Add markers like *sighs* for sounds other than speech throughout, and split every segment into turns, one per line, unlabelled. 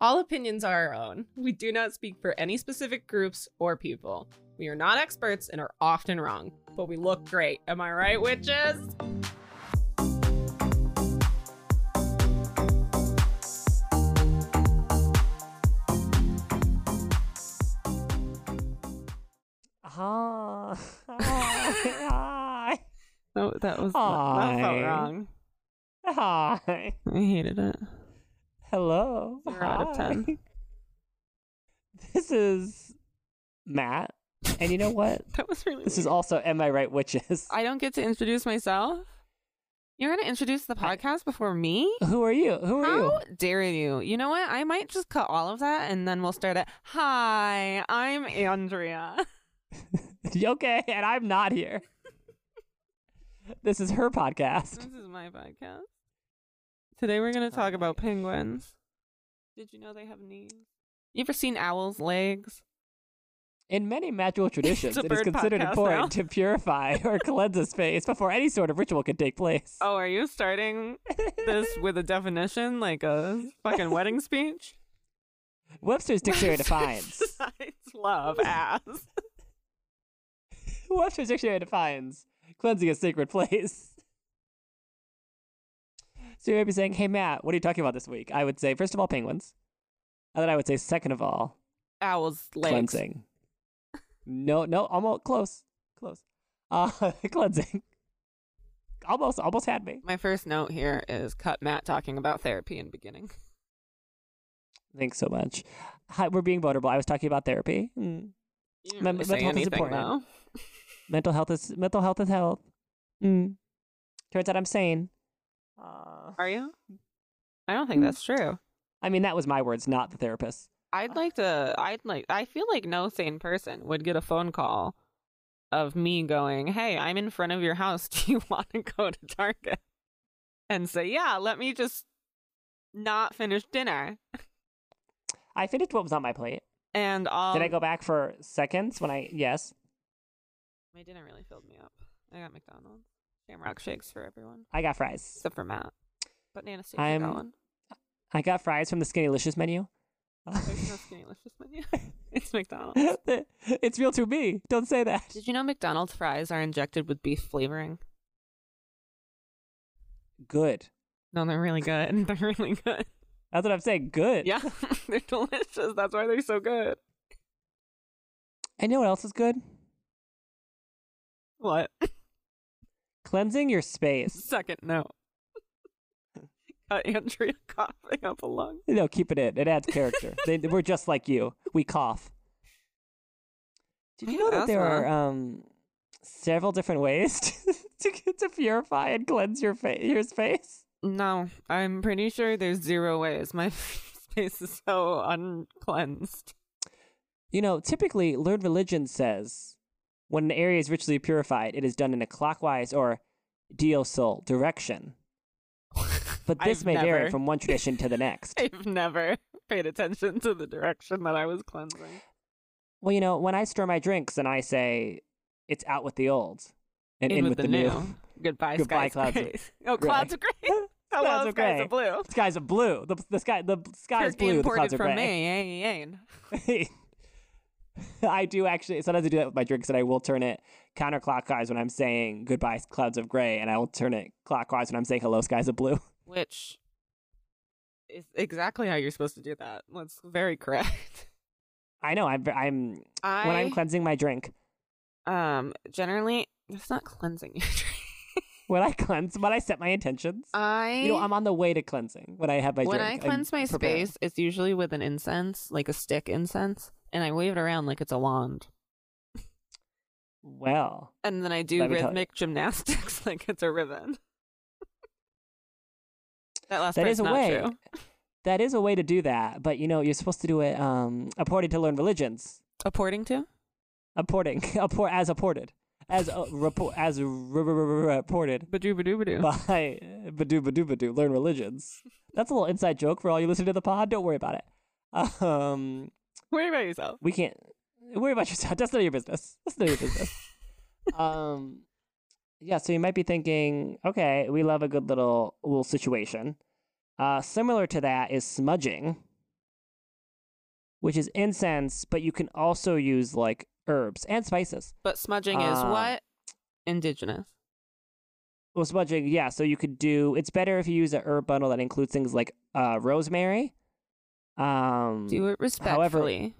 All opinions are our own. We do not speak for any specific groups or people. We are not experts and are often wrong, but we look great. Am I right, witches?
Ah. *laughs* Hi.
That, that was
that felt Aw.
wrong.
wrong. Hi.
I hated it.
Hello.
Zero out of
Hi.
10.
*laughs* This is Matt. And you know what?
That was really.
This is also Am I Right Witches?
I don't get to introduce myself. You're gonna introduce the
I-
podcast before me?
*laughs* Who are you? Who are you?
How dare you? You know what? I might just cut all of that and then we'll start at Hi, I'm Andrea.
*laughs* You okay, and I'm
*laughs*
not here. this is her
This *laughs*
podcast.
is my podcast. Today we're gonna talk about penguins. Did you know they have knees? You ever seen owls' legs?
In many magical traditions,
a
it is
bird
considered
podcast
important
now.
to purify
*laughs*
or cleanse a space before any sort of ritual can take place.
Oh, are you starting this
*laughs*
with a definition, like a fucking *laughs* wedding speech? *laughs*
Webster's Dictionary defines.
Besides love ass.
*laughs* Webster's Dictionary defines cleansing a sacred place. *laughs* So you might be saying, hey, Matt, what are you talking about this week? I would say, first of all, penguins. And then I would say, second of all,
Owls' legs.
cleansing. No, no, almost close. Close. *laughs* Uh, cleansing. Almost, almost had me.
My first note here is cut Matt talking about therapy in beginning.
Thanks so much. Hi, we're being vulnerable. I was talking about therapy. Mm.
You didn't
My-
really
my
say
health is
anything,
important.
though.
Mental health is mental health is health. Mm. Turns out I'm sane. Uh,
Are you? I don't
Mm.
think that's true.
I mean, that was my words, not the therapist.
I'd like to. I'd like. I feel like no sane person would get a phone call of me going, "Hey, I'm in front of your house. *laughs* Do you want to go to Target?" And say, "Yeah, let me just not finish dinner."
I finished what was on my plate.
And all
Did I go back for seconds when I yes?
My dinner really filled me up. I got McDonald's Shamrock shakes for everyone
I got fries.
except for Matt. But Nana stays
I'm-
going.
I got fries from the Skinny Licious menu. *laughs*
There's no *laughs* skinny licious menu. it's McDonald's.
it's real to me. Don't say that.
Did you know McDonald's fries are injected with beef flavoring?
Good.
No, they're really good. *laughs* They're really good.
That's what I'm saying. Good.
Yeah, *laughs* they're delicious. That's why they're so good.
And you know what else is good?
What?
Cleansing your space.
Second note. *laughs* Got Andrea coughing up a lung.
No, keep it in. It adds character. they, we're just like you. We cough. Did
I
you
have
know that there
asthma.
are um, several different ways *laughs* to, to to purify and cleanse your fa- your space?
No, I'm pretty sure there's zero ways. My *laughs* space is so *laughs* uncleansed.
You know, typically, learned religion says when an area is ritually purified, it is done in a clockwise or diosol direction. But this
I've
may
never-
vary from one tradition to the
*laughs*
next.
I've never paid attention to the direction that I was cleansing.
Well, you know, when I stir my drinks and I say it's out with the old and in, with, the, new,
Goodbye,
Goodbye,
skies of gray. *laughs*
clouds of
Oh,
gray.
clouds of gray.
*laughs*
Hello,
Clouds of
skies
gray.
of blue.
*laughs* the skies are blue. The, the sky, the sky is
Turkey
blue. The
imported
clouds are
from
gray.
Maine. Maine.
*laughs* I do actually sometimes I do that with my drinks, and I will turn it counterclockwise when I'm saying goodbye, clouds of gray, and I will turn it clockwise when I'm saying hello, skies of blue. *laughs*
Which is exactly how you're supposed to do that. That's very correct. *laughs*
I know. I'm. I'm
I
when I'm cleansing my drink.
um generally it's not cleansing your *laughs* drink.
When I *laughs* cleanse, when I set my intentions.
I
you know, I'm on the way to cleansing when I have my
when I
drink. I'm
cleanse my
preparing.
space, it's usually with an incense, like a stick incense, and I wave it around like it's a wand.
Well,
And then I do
Let me tell you.
rhythmic gymnastics *laughs* like it's a ribbon. that last
That
part's
is a
not
way.
true.
that is a way to do that, but you know, you're supposed to do it um according to learned religions.
According to?
Apporting, *laughs* apport as apported, as uh, report, as r- r- r-
*laughs*
r- reported
Badoo badoo badoo.
by Badoo Badoo Badoo. Learn religions. That's a little inside joke for all you listening to the pod. Don't worry about it. Um,
Worry about yourself.
we can't worry about yourself. *laughs* That's none of your business. That's none of your business. um, yeah. So you might be thinking, okay, we love a good little little situation. Uh, similar to that is smudging, which is incense, but you can also use like herbs and spices.
But smudging is
Uh,
what? Indigenous.
Well, smudging, yeah. So you could do. It's better if you use a herb bundle that includes things like uh, rosemary. Um,
Do it respectfully.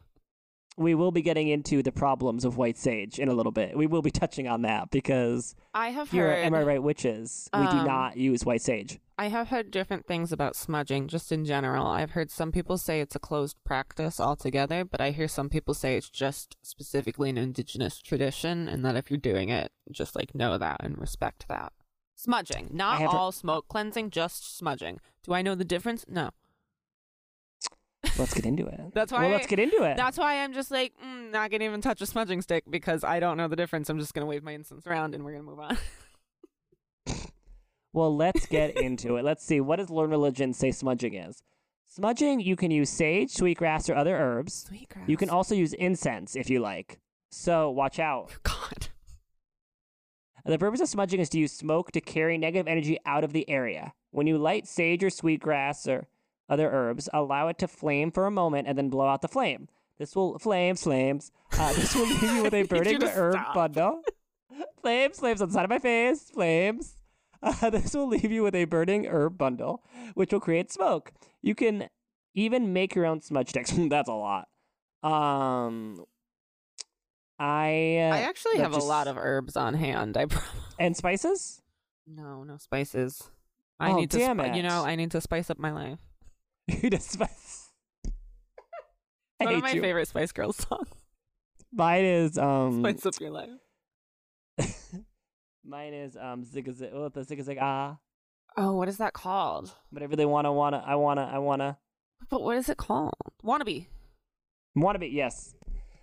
we will be getting into the problems of white sage in a little bit. We will be touching on that because
I have
here
heard.
at Am I Right Witches, we do
Um,
not use white sage.
I have heard different things about smudging, just in general. I've heard some people say it's a closed practice altogether, but I hear some people say it's just specifically an indigenous tradition, and that if you're doing it, just like know that and respect that. Smudging,
I
not
have he-
all smoke cleansing, just smudging. Do I know the difference? No.
Let's get into it.
That's why
Well,
I-
let's get into it.
That's why I'm just like mm, not gonna even touch a smudging stick because I don't know the difference. I'm just gonna wave my incense around and we're gonna move on.
Well, let's get into it. Let's see. What does Learn Religion say smudging is? Smudging, you can use sage, sweetgrass, or other herbs.
Sweet grass. *laughs*
You can also use incense if you like. So watch out.
God.
The purpose of smudging is to use smoke to carry negative energy out of the area. When you light sage or sweetgrass or other herbs, allow it to flame for a moment and then blow out the flame. This will flames, flames. Uh, *laughs* this will leave you with
I
a
need *laughs* you
burning
to
herb
stop. *laughs*
bundle. Flames, flames on the side of my face, flames. *laughs* Uh, this will leave you with a burning herb bundle, which will create smoke. You can even make your own smudge sticks. *laughs* That's a lot. Um, I, uh,
I actually
that
have a
just-
lot of herbs on hand. I promise.
and spices.
No, no spices. I
Oh,
need to,
damn
spi- you know,
it.
I need to spice up my life.
*laughs* You despise.
*laughs*
I
One
hate
of my
you.
favorite Spice Girls songs. *laughs*
Mine is um.
Spice up your life.
*laughs* mine is um zig zig. Oh, the zig zig ah.
Oh, what is that called?
Whatever they wanna wanna. I wanna I wanna
But what is it called? Wannabe.
wanna be yes.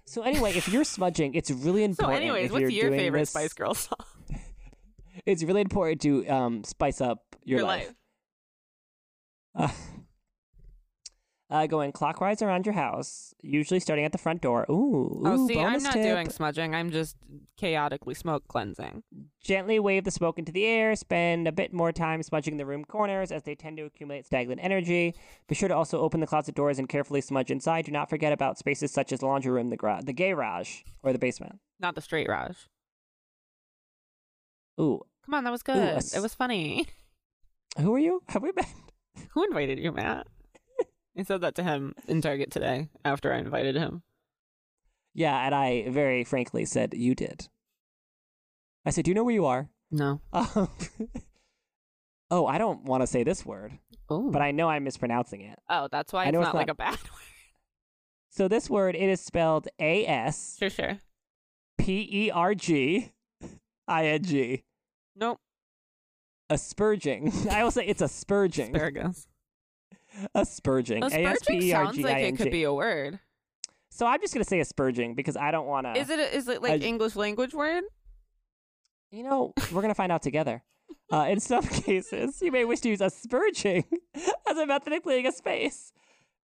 So anyway, if you're smudging, it's really
So,
important.
anyways,
if
what's
you're
your
doing
favorite
this-
Spice
*laughs*
Girl song?
It's really important to um spice up your, life. *laughs* Uh, uh, going clockwise around your house, usually starting at the front door. Ooh,
oh,
ooh,
see, I'm
bonus
not
tip.
doing smudging. I'm just chaotically smoke cleansing.
Gently wave the smoke into the air. Spend a bit more time smudging the room corners as they tend to accumulate stagnant energy. Be sure to also open the closet doors and carefully smudge inside. Do not forget about spaces such as the laundry room, the, gra- the garage, or the basement.
Not the straight Raj.
Ooh,
Come on, that was good.
a s-
it was funny. *laughs*
who are you? *laughs* Have we been?
Who invited you,
*laughs*
Matt? I said that to him in Target today after I invited him.
Yeah, and I very frankly said you did. I said, "Do you know where you are?"
No.
Um, *laughs* oh, I don't want to say this word,
Oh.
but I know I'm mispronouncing it.
oh, that's why
I
it's
know
not,
it's
like
not-
a bad *laughs* word.
So this word it is spelled A S
Sure, sure.
P E R G I N G.
Nope.
*laughs* Asperging. *laughs* I will say it's asperging.
Asparagus.
asperging.
Asperging
E
sounds like it could
A-S-P-E-R-G-I-N-G.
be a word.
So I'm just gonna say asperging because I don't want to.
Is it? A, is it like
I-
English language word?
You know, we're gonna find
*laughs*
out together. Uh, in some cases, you may wish to use asperging *laughs* as a method of cleaning a space.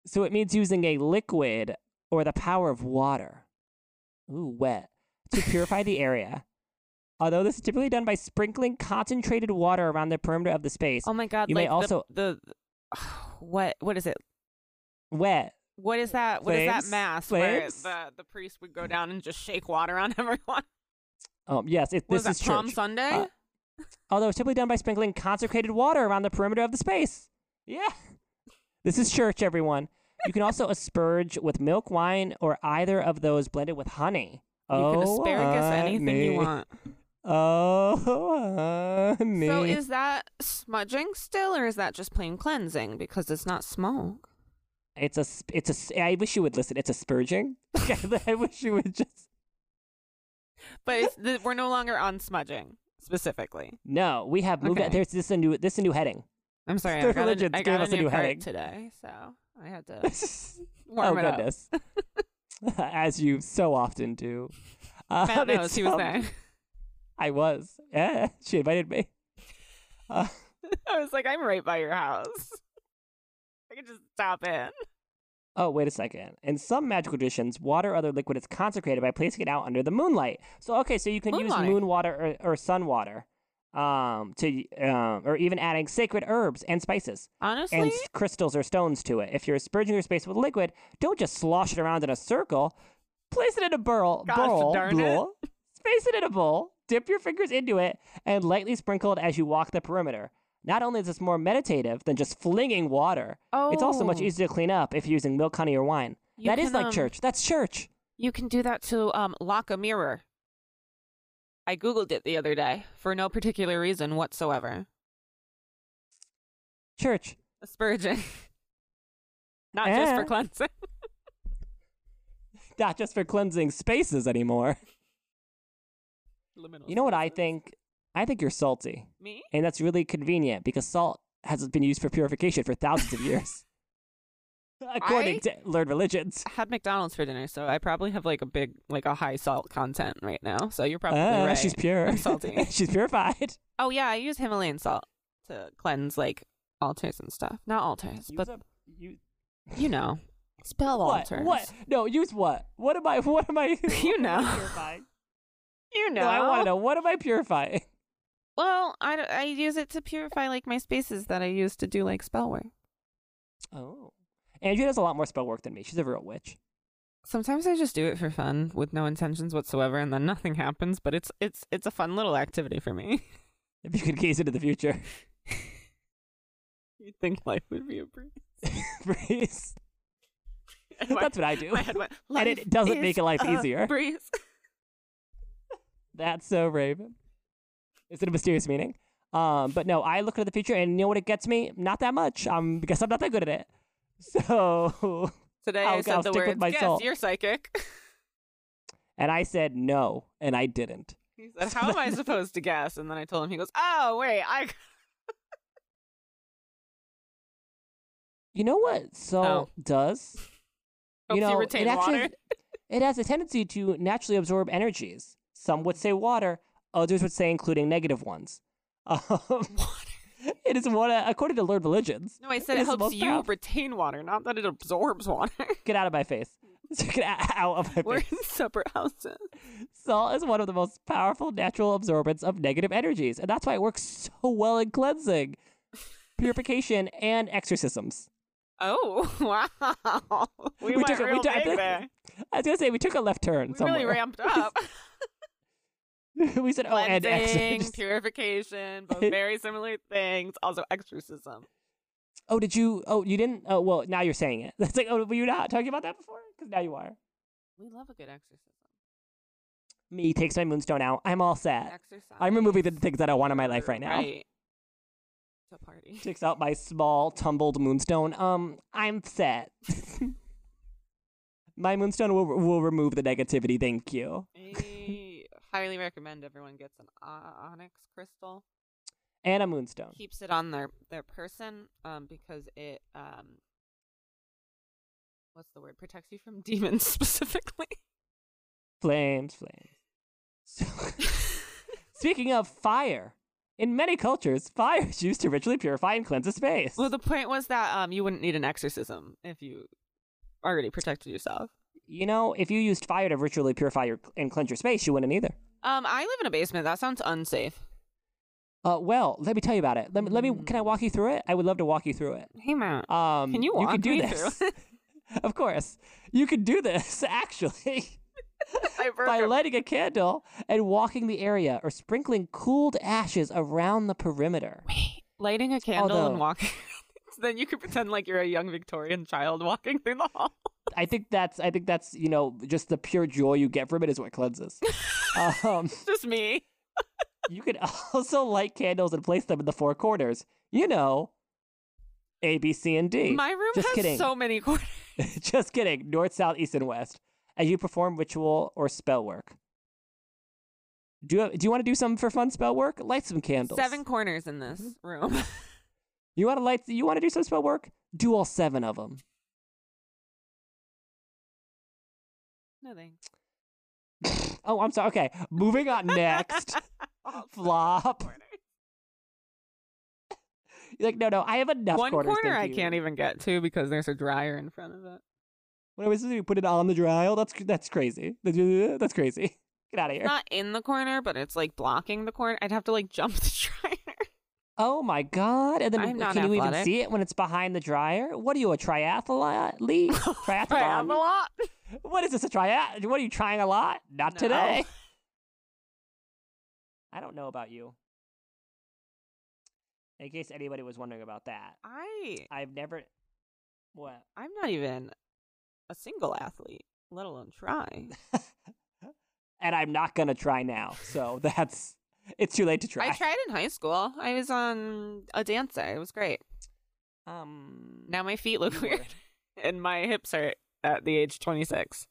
So it means using a liquid or the power of water. Ooh, wet. To
*laughs*
purify the area. Although this is typically done by sprinkling concentrated water around the perimeter of the space.
Oh my god!
You may
like the-
also-
the, *sighs* what what is it?
Wet.
What is that? What is
Flames?
that mass where
Flames?
the, the priest would go down and just shake water on *laughs* everyone?
Um, yes, it,
Was
this
that
is
Palm
church.
Sunday?
Uh, Although it's typically done by sprinkling consecrated water around the perimeter of the space. Yeah. This is church, everyone. You can also *laughs* asperge with milk, wine, or either of those blended with honey.
you
oh,
can asparagus anything you
honey.
want.
Oh, honey.
So is that smudging still, or is that just plain cleansing? Because it's not smoke.
it's a, sp- it's a, s- I wish you would listen. It's asperging. *laughs* I wish you would just,
But it's, th- we're no longer on smudging specifically.
no, we have moved,
Okay.
there's this is a new, this is a new heading.
I'm sorry, I
Their
got, a,
religions
I
gave
got a
us a
new
new
card
headache.
today, so I had
*laughs*
to
oh
*laughs* warm it up.
goodness, *laughs* as you so often do. Uh, *laughs*
Matt knows he was there.
I was. Yeah, *laughs* she invited me. Uh,
*laughs* I was like, I'm right by your house. *laughs* I can just stop in.
oh, wait a second. In some magical traditions, water or other liquid is consecrated by placing it out under the moonlight. So okay, so you can use
Moonlight.
moon water or, or sun water. um, to um, or even adding sacred herbs and spices
Honestly,
and s- crystals or stones to it. If you're spurging your space with liquid, don't just slosh it around in a circle. Place it in a burl,
Gosh
bowl,
darn it.
bowl, space it in a bowl, dip your fingers into it, and lightly sprinkle it as you walk the perimeter. Not only is this more meditative than just flinging water,
oh,
it's also much easier to clean up if you're using milk, honey, or wine.
you
That is
can,
like
um,
church. That's church.
You can do that to um, lock a mirror. I googled it the other day for no particular reason whatsoever.
Church. *laughs*
Asperging, *laughs* not just for
Eh.
cleansing. *laughs*
Not just for cleansing spaces anymore. You know what I think? I think you're salty.
Me?
And that's really convenient because salt has been used for purification for thousands of *laughs* years. According
I-
to learned religions.
had McDonald's for dinner, so I probably have like a big, like a high salt content right now. So you're probably
Ah,
right.
She's pure. *laughs*
I'm salty.
she's *laughs* purified.
Oh yeah, I use Himalayan salt to cleanse like altars and stuff. Not altars, but you know, spell
what?
altars.
What? No, use what? What am I? *laughs* What am I?
You know.
what am I purifying?
You know,
No, I want to know. What am I purifying?
Well, I, d- I use it to purify like my spaces that I use to do like spell work.
Oh. Andrea does a lot more spell work than me. She's a real witch.
Sometimes I just do it for fun with no intentions whatsoever, and then nothing happens. But it's it's it's a fun little activity for me. *laughs*
If you could gaze into the future, *laughs*
You'd think life would be a breeze. *laughs*
Breeze. That's what I do.
my head went.
*laughs* And it doesn't make
is
life
a
easier.
Breeze. *laughs*
That's so Raven. Is it a mysterious meaning? Um, but no, I look into the future, and you know what it gets me? Not that much. Um, because I'm not that good at it. *laughs* So, *laughs*
Today
I'll-
I said
I'll
the
stick with
words.
my
yes,
salt."
you're psychic. *laughs*
and I said no, and I didn't.
He said, "How
*laughs*
am I supposed to guess?" And then I told him. He goes, "Oh wait, I." *laughs*
You know what salt does?
Helps
you
Oh. you
know,
retain
it actually
water. *laughs*
*laughs* it has a tendency to naturally absorb energies. Some would say water, others would say including negative ones. *laughs* Um, *laughs* It is one, of- according to learned religions.
No, I said
It
it
is the
helps
most
you
powerful-
retain water, not that it absorbs water. *laughs*
Get out of my face. *laughs* Get out of my
We're
face.
in separate houses.
Salt is one of the most powerful natural absorbents of negative energies, and that's why it works so well
*laughs*
in cleansing, purification, and exorcisms.
Oh *laughs*
*laughs*
wow! We, went
a-
real
took-
big
*laughs*
there.
I was gonna say we took a left turn
We
somewhere.
really ramped up.
*laughs* we said, oh, and
Cleansing,
exorcisms.
purification,
*laughs*
both very similar things. Also exorcism.
Oh, did you? Oh, you didn't. Oh, well, now you're saying it. *laughs* That's like, oh, were you not talking about that before? Because now you are.
We love a good exorcism.
Me takes my moonstone out. I'm all set.
Exercise.
I'm removing the things that I want in my life right now.
Right. To
*laughs*
party.
Takes out my small tumbled moonstone. Um, I'm set. *laughs* my moonstone will will remove the negativity. Thank you.
I highly recommend everyone gets an o- onyx crystal.
And a moonstone.
keeps it on their their person um because it um what's the word protects you from *laughs* demons specifically
Flames, flames. So, *laughs* speaking of fire, in many cultures, fire is used to ritually purify and cleanse a space.
well the point was that um you wouldn't need an exorcism if you already protected yourself
you know, if you used fire to ritually purify your and cleanse your space, you wouldn't either.
um i live in a basement that sounds unsafe
Uh, well, let me tell you about it. Let me, let me. Can I walk you through it? I would love to walk you through it.
hey matt
Um,
can you
you
walk
can do
me
this.
through *laughs*
*laughs* of course, you could do this *laughs* actually
I
*laughs* by
broke a-
lighting a candle and walking the area, or sprinkling cooled ashes around the perimeter.
lighting a candle
Although-
and walking *laughs* then you could pretend like you're a young victorian child walking through the hall *laughs*
I think that's. I think that's. You know, just the pure joy you get from it is
*laughs*
what cleanses. um,
just me
you could also light candles and place them in the four corners. You know, A, B, C, and D.
my room
just
has
kidding.
so many corners
*laughs* Just kidding. North, south, east, and west. As you perform ritual or spell work. Do you, do you want to do some for fun spell work? Light some candles. Mm-hmm.
seven corners in this room *laughs*
You want to light? You want to do some spell work? Do all seven of them.
no thanks
Oh, I'm sorry. Okay, moving
*laughs*
on. Next, *laughs*
Also,
Flop.
corner.
you're like, no, no, I have enough.
One
corners,
corner I
thank you.
can't e even get to because there's a dryer in front of it.
What am I supposed to do? Put it on the trial? That's that's crazy. That's crazy. *laughs* Get out of here.
Not in the corner, but it's like *laughs* blocking the corner. I'd have to like jump the
Oh my god! And then
I'm not
can you even
athletic.
see it when it's behind the dryer? What are you
*laughs*
a triathlete? Triathlon?
Triathlon.
What is this a triathlon? What are you trying a lot? Not
No.
today. *laughs* I don't know about you. In case anybody was wondering about that,
I
I've never. What?
I'm not even a single athlete, let alone
*laughs*
try.
and I'm not gonna try now. So *laughs* that's it's too late to try.
I tried in high school. I was on a dancer. It was great.
*laughs* um,
Now my feet look
you
weird *laughs*
were-
and my hips hurt at the age 26.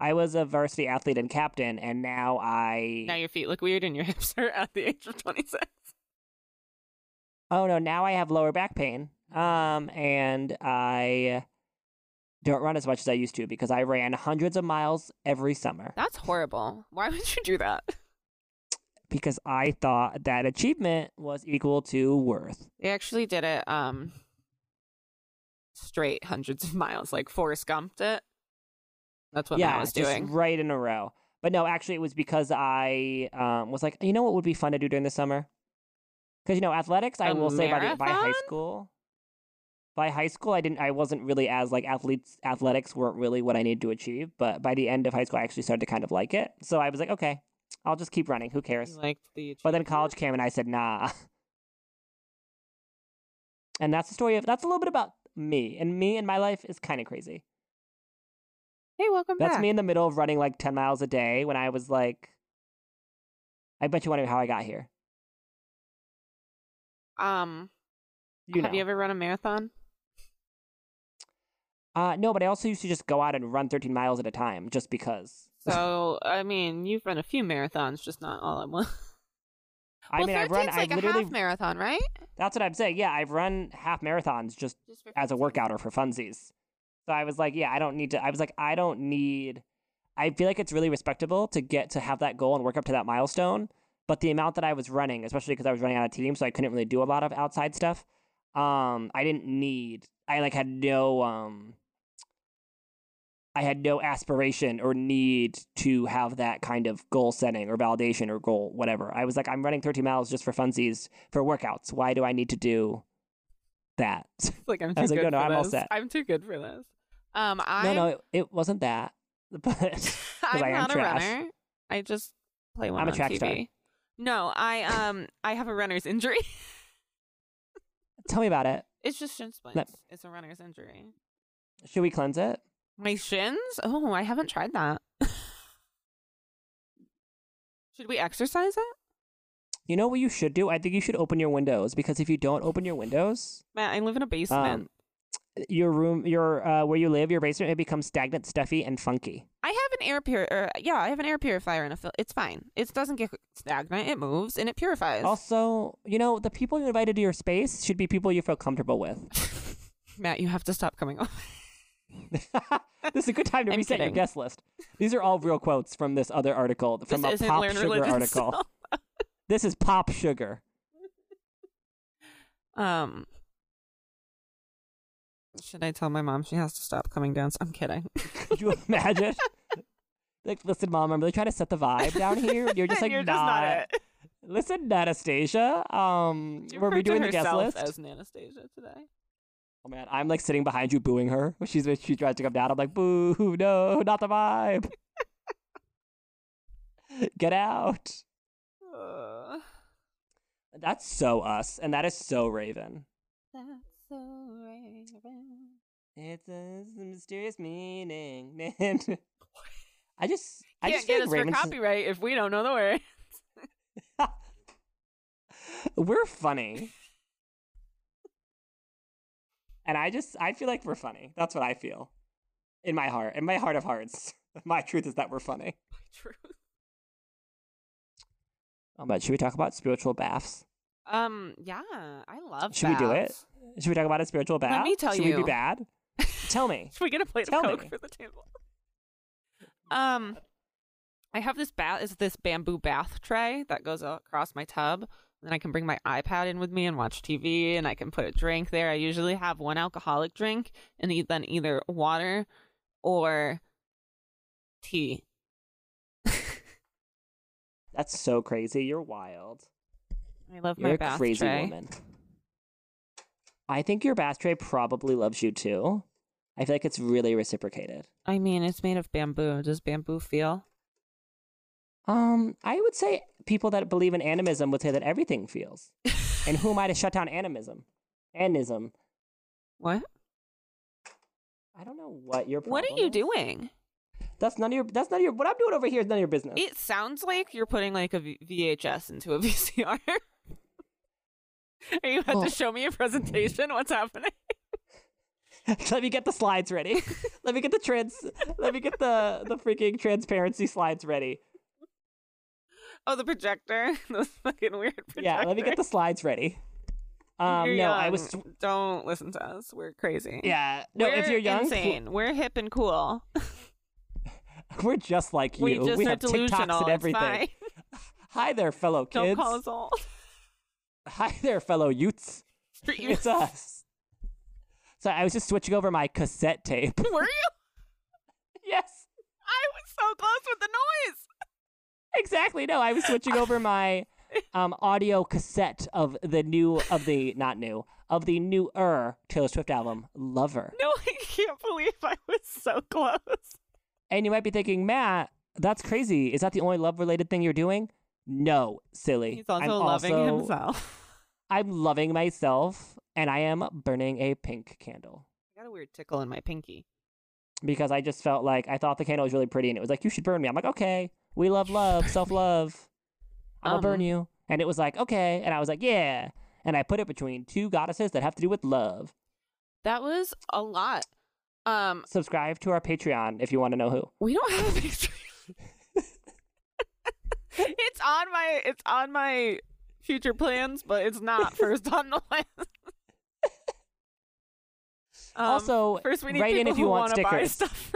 I was a varsity athlete and captain, and now I.
Now your feet look weird and your *laughs* hips hurt at the age of 26.
oh no! Now I have lower back pain.
*laughs*
Um, and I don't run as much as I used to because I ran hundreds of miles every summer
That's horrible. Why would you do that?
because I thought that achievement was equal to worth.
They actually did it um straight hundreds of miles, like Forrest Gumped it. That's what
yeah,
Matt was
just
doing.
right in a row. But no, actually, it was because I um, was like, you know what would be fun to do during the summer? Because you know, athletics. I
A
will say by the, by high
marathon?
school, by high school, I didn't. I wasn't really as like athletes. Athletics weren't really what I needed to achieve. But by the end of high school, I actually started to kind of like it. So I was like, okay, I'll just keep running. Who
You
cares?
liked the
But then
achievement?
college came, and I said, nah. *laughs* And that's the story of. That's a little bit about me, and me and my life is kind of crazy.
Hey, welcome
That's
back.
me in the middle of running like 10 miles a day when I was like, I bet you wonder how I got here.
Um,
You
have
know.
you ever run a
*laughs*
marathon?
uh, no, but I also used to just go out and run 13 miles at a time just because.
So, I mean, you've run a few marathons, just not all at once.
I mean, I've run,
like
I've
a
literally,
half marathon, right?
that's what I'm saying. Yeah, I've run half marathons just
Just for
as a
funsies.
workout or for funsies. So I was like, yeah, I don't need to. I was like, I don't need. I feel like it's really respectable to get to have that goal and work up to that milestone. But the amount that I was running, especially because I was running on a team, so I couldn't really do a lot of outside stuff. Um, I didn't need. I like had no. Um, I had no aspiration or need to have that kind of goal setting or validation or goal, whatever. I was like, I'm running 30 miles just for funsies for workouts. Why do I need to do that? *laughs*
It's Like I'm too
I was like,
good
no, no,
for
I'm
this.
all set.
I'm too good for this. Um,
No,
I
no, it, it wasn't that. *laughs*
*laughs*
But
I'm
I am
not a
trash.
runner. I just play one
I'm a
on
track
TV.
star.
No, I um, I have a runner's injury. *laughs*
tell me about it.
it's just shin splints. It's a runner's injury.
Should we cleanse it?
My shins? Oh, I haven't tried that. *laughs* Should we exercise it?
You know what you should do? I think you should open your windows because if you don't open your windows,
Matt, I live in a basement.
um, your room, your uh, where you live, your basement, it becomes stagnant, stuffy, and funky.
I have an air pur. Or, yeah, I have an air purifier in a. Fil- it's fine. It doesn't get stagnant. It moves and it purifies.
Also, you know the people you invited to your space should be people you feel comfortable with.
*laughs*
*laughs*
Matt, you have to stop coming over.
this is a good time
*laughs*
to
I'm
reset
kidding.
your guest list. These are all real quotes from this other article from
this
a
isn't
Pop
learn
Sugar
*laughs* religion
article.
stuff.
This is Pop Sugar.
Um, should I tell my mom she has to stop coming down? I'm
*laughs*
kidding.
Could you imagine? *laughs* like, listen, mom, I'm really trying to set the vibe down here.
*laughs*
You're just like,
You're
nah.
just not it.
Listen, Anastasia. Um,
She
were we
referred to
doing the guest
herself
list?
as Anastasia today?
oh man, I'm like sitting behind you, booing her. She's she tries to come down. I'm like, boo, no, not the vibe. *laughs* Get out.
Uh,
That's so us, and that is so Raven.
that's so Raven.
It's a, it's a mysterious meaning. Man. *laughs* I just, I
Can't
just feel
get
like
us
Raven's
for copyright if we don't know the word. *laughs*
we're funny. And I just I feel like we're funny. That's what I feel. In my heart. In my heart of hearts. *laughs* My truth is that we're funny.
True.
Um, but should we talk about spiritual baths?
Um. Yeah, I love.
Should we do it?
baths.
Should we talk about a spiritual bath?
me tell
should we
you.
be bad? Tell me.
Should we get a plate
Tell
of coke
me.
for the table? *laughs* um, I have this bath. Is this bamboo bath tray that goes across my tub? And then I can bring my iPad in with me and watch TV, and I can put a drink there. I usually have one alcoholic drink, and eat then either water or tea.
That's so crazy. You're wild.
I love
You're
my
a
bath
crazy
tray.
woman. I think your bath tray probably loves you too. I feel like it's really reciprocated.
I mean, it's made of bamboo. Does bamboo feel?
Um, I would say people that believe in animism would say that everything feels. and who am I to shut down animism? Anism.
What?
I don't know what your
What are
problem
you
is.
doing?
That's none of your. That's none of your. What I'm doing over here is none of your business.
It sounds like you're putting like a V- VHS into a *laughs* VCR. Are you about
Well-
to show me a presentation? What's happening?
*laughs* Let me get the slides
*laughs*
ready. Let me get the trans. Let me get the the freaking transparency slides ready.
Oh, the projector. *laughs* Those fucking weird projector.
Yeah, let me get the slides ready. Um,
You're
no, I was.
young. Don't listen to us. We're crazy.
Yeah, no.
We're
if you're young, pl-
insane. We're hip and cool. *laughs*
we're just like you.
We just are
have
delusional.
TikToks and
It's
everything.
fine. *laughs*
Hi there, fellow
Don't
kids.
call us old. *laughs*
Hi there, fellow youths.
Street
It's us. So I was just switching over my cassette tape.
*laughs*
*laughs*
Were you?
yes.
I was so close with the noise.
Exactly. No, I was switching over my um, audio cassette of the new of the not new of the newer Taylor Swift album, Lover.
No, *laughs* I can't believe I was so close.
And you might be thinking, Matt, that's crazy. Is that the only love related thing you're doing? No, silly.
He's also
I'm
loving
also-
himself.
I'm loving myself, and I am burning a pink candle
I got a weird tickle in my pinky.
because I just felt like I thought the candle was really pretty, and it was like you should burn me. I'm like, okay, we love
*laughs*
love, self love. I'm gonna burn
Um.
you, and it was like okay, and I was like yeah, and I put it between two goddesses that have to do with love.
That was a lot. Um,
subscribe to our Patreon if you want to know who.
we don't have a picture. *laughs* it's on my it's on my future plans, but it's not first on the *laughs* list. Um,
also,
first we need
write in
people
if you
who
want
wanna buy
stickers.
stuff.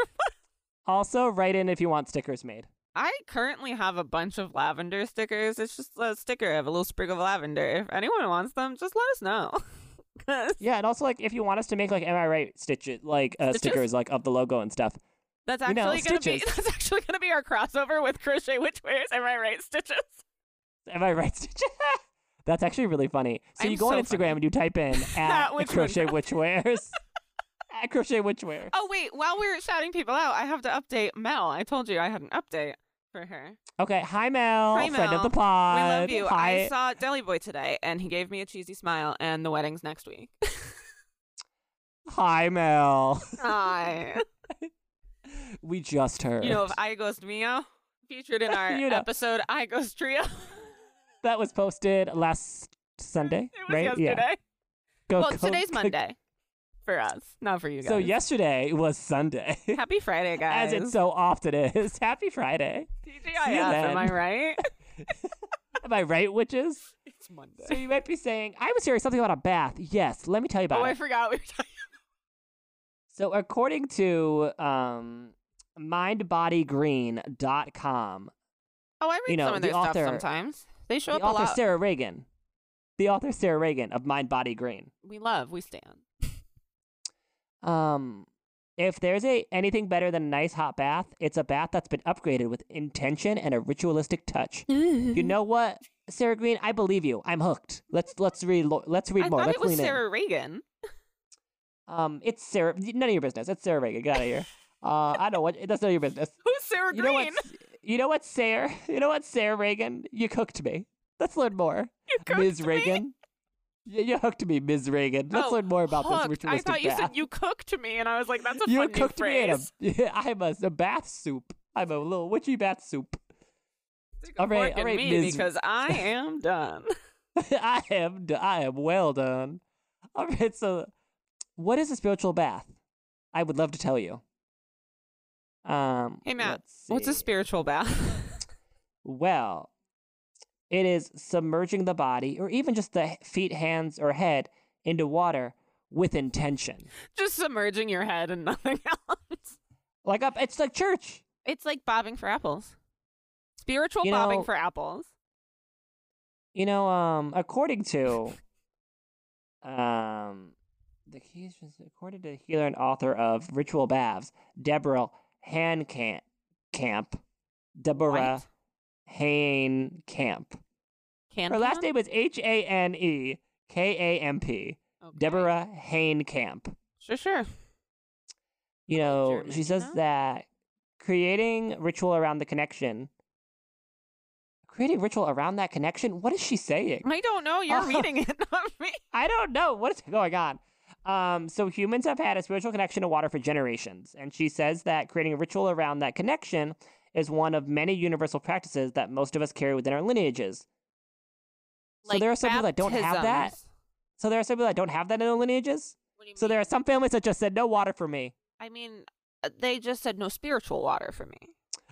also write in if you want stickers made.
I currently have a bunch of lavender stickers. It's just a sticker of a little sprig of lavender. If anyone wants them, just let us know. *laughs* 'Cause
Yeah, and also like if you want us to make like am I right stitches like uh,
Stitches.
stickers like of the logo and stuff.
that's
You
actually
know,
gonna be *laughs*
stitches.
that's actually gonna be our crossover with crochet witch wears. Am I right, stitches?
Am I right *laughs* stitches? That's actually really funny. So
I'm
you go
so
on Instagram
funny.
and you
*laughs*
type in at
which one
crochet witch wears. *laughs* at crochet witch wear.
Oh wait, while we're shouting people out, I have to update Mel. I told you I had an update for her.
Okay, hi Mel,
Hi,
Oh, friend
Mel.
of the
We
pod.
love you.
Hi.
I saw Deli Boy today, and he gave me a cheesy smile. And the wedding's next week. *laughs*
Hi Mel. *laughs*
Hi.
We just heard.
you know of I Ghost Mio, featured
*laughs*
in our
You know.
episode I Ghost Trio.
that was posted last Sunday,
*laughs* It was
right?
yesterday.
Yeah. Go,
well,
go-
today's
*laughs* go-
Monday for us, not for you guys.
So yesterday was Sunday.
happy Friday, guys.
*laughs* as it so often is. *laughs* Happy Friday. See you
TGIF, am I
then.
right?
*laughs*
*laughs*
Am I right, witches?
it's
So
Monday.
you might
*laughs*
be saying, I was hearing something about a bath. Yes, let me tell you about
Oh, I
it.
forgot we were talking. *laughs*
So according to um, mindbodygreen.com,
Oh, I read
You know,
some of
the
their stuff
author-
sometimes. They show
the
up a
author
lot.
Sarah Reagan, the author Sarah Reagan of Mind Body Green,
we love, we stand.
um, if there's a anything better than a nice hot bath, it's a bath that's been upgraded with intention and a ritualistic touch.
Mm-hmm.
You know what, Sarah Green? I believe you. I'm hooked. Let's let's read lo- let's read
I
more.
thought
Let's
it was
lean in.
Sarah Reagan.
Um, it's Sarah. None of your business. It's Sarah Reagan. Get out of here. Uh, I know what. That's none of your business.
*laughs* Who's Sarah
You know
Green? *laughs*
what? You know what, Sarah. *laughs* You know what, Sarah Reagan. You cooked me. Let's learn more.
You cooked
Ms.
me?
Reagan. You, you hooked me, Ms. Reagan. Let's
Oh,
learn more about this
hooked. I
ritualistic
thought you
bath.
said you cooked me, and I was like, that's a
You
fun
cooked
new
*laughs*
phrase.
me in a. I'm a, a bath soup. I'm a little witchy bath soup. *laughs*
Take
All
fork
right, all
in
right,
me
Ms.
because
*laughs*
I am done.
I am. d- I am well done. All right. So, what is a spiritual bath? I would love to tell you. Um.
Hey, Matt,
let's
What's a
see.
spiritual bath? *laughs*
Well, it is submerging the body or even just the h- feet, hands, or head into water with intention.
Just submerging your head and *laughs* nothing else.
Like up, it's like church.
It's like bobbing for apples. Spiritual
You
bobbing
know-
for apples.
You know, um, according to, um, the keys was according to the healer and author of Ritual Baths, Deborah Hankamp, Camp, Deborah
What?
Hain Camp.
Can
Her last
Camp?
name was H A N E K A M P.
Okay.
Deborah Hain Camp.
Sure, sure.
You know, she says
Germania?
that creating ritual around the connection. Creating ritual around that connection? What is she saying?
*laughs* I don't know. You're
*laughs* Oh.
reading it, *laughs* not me.
I don't know what is *laughs* going on. Um, so humans have had a spiritual connection to water for generations, and she says that creating a ritual around that connection is one of many universal practices that most of us carry within our lineages. so there are some people that don't have that.
baptisms.
So there are some people that don't have that in their lineages.
What do you
So there are some families that just said no water for me. *laughs*
I mean, uh, they just said no spiritual water for me.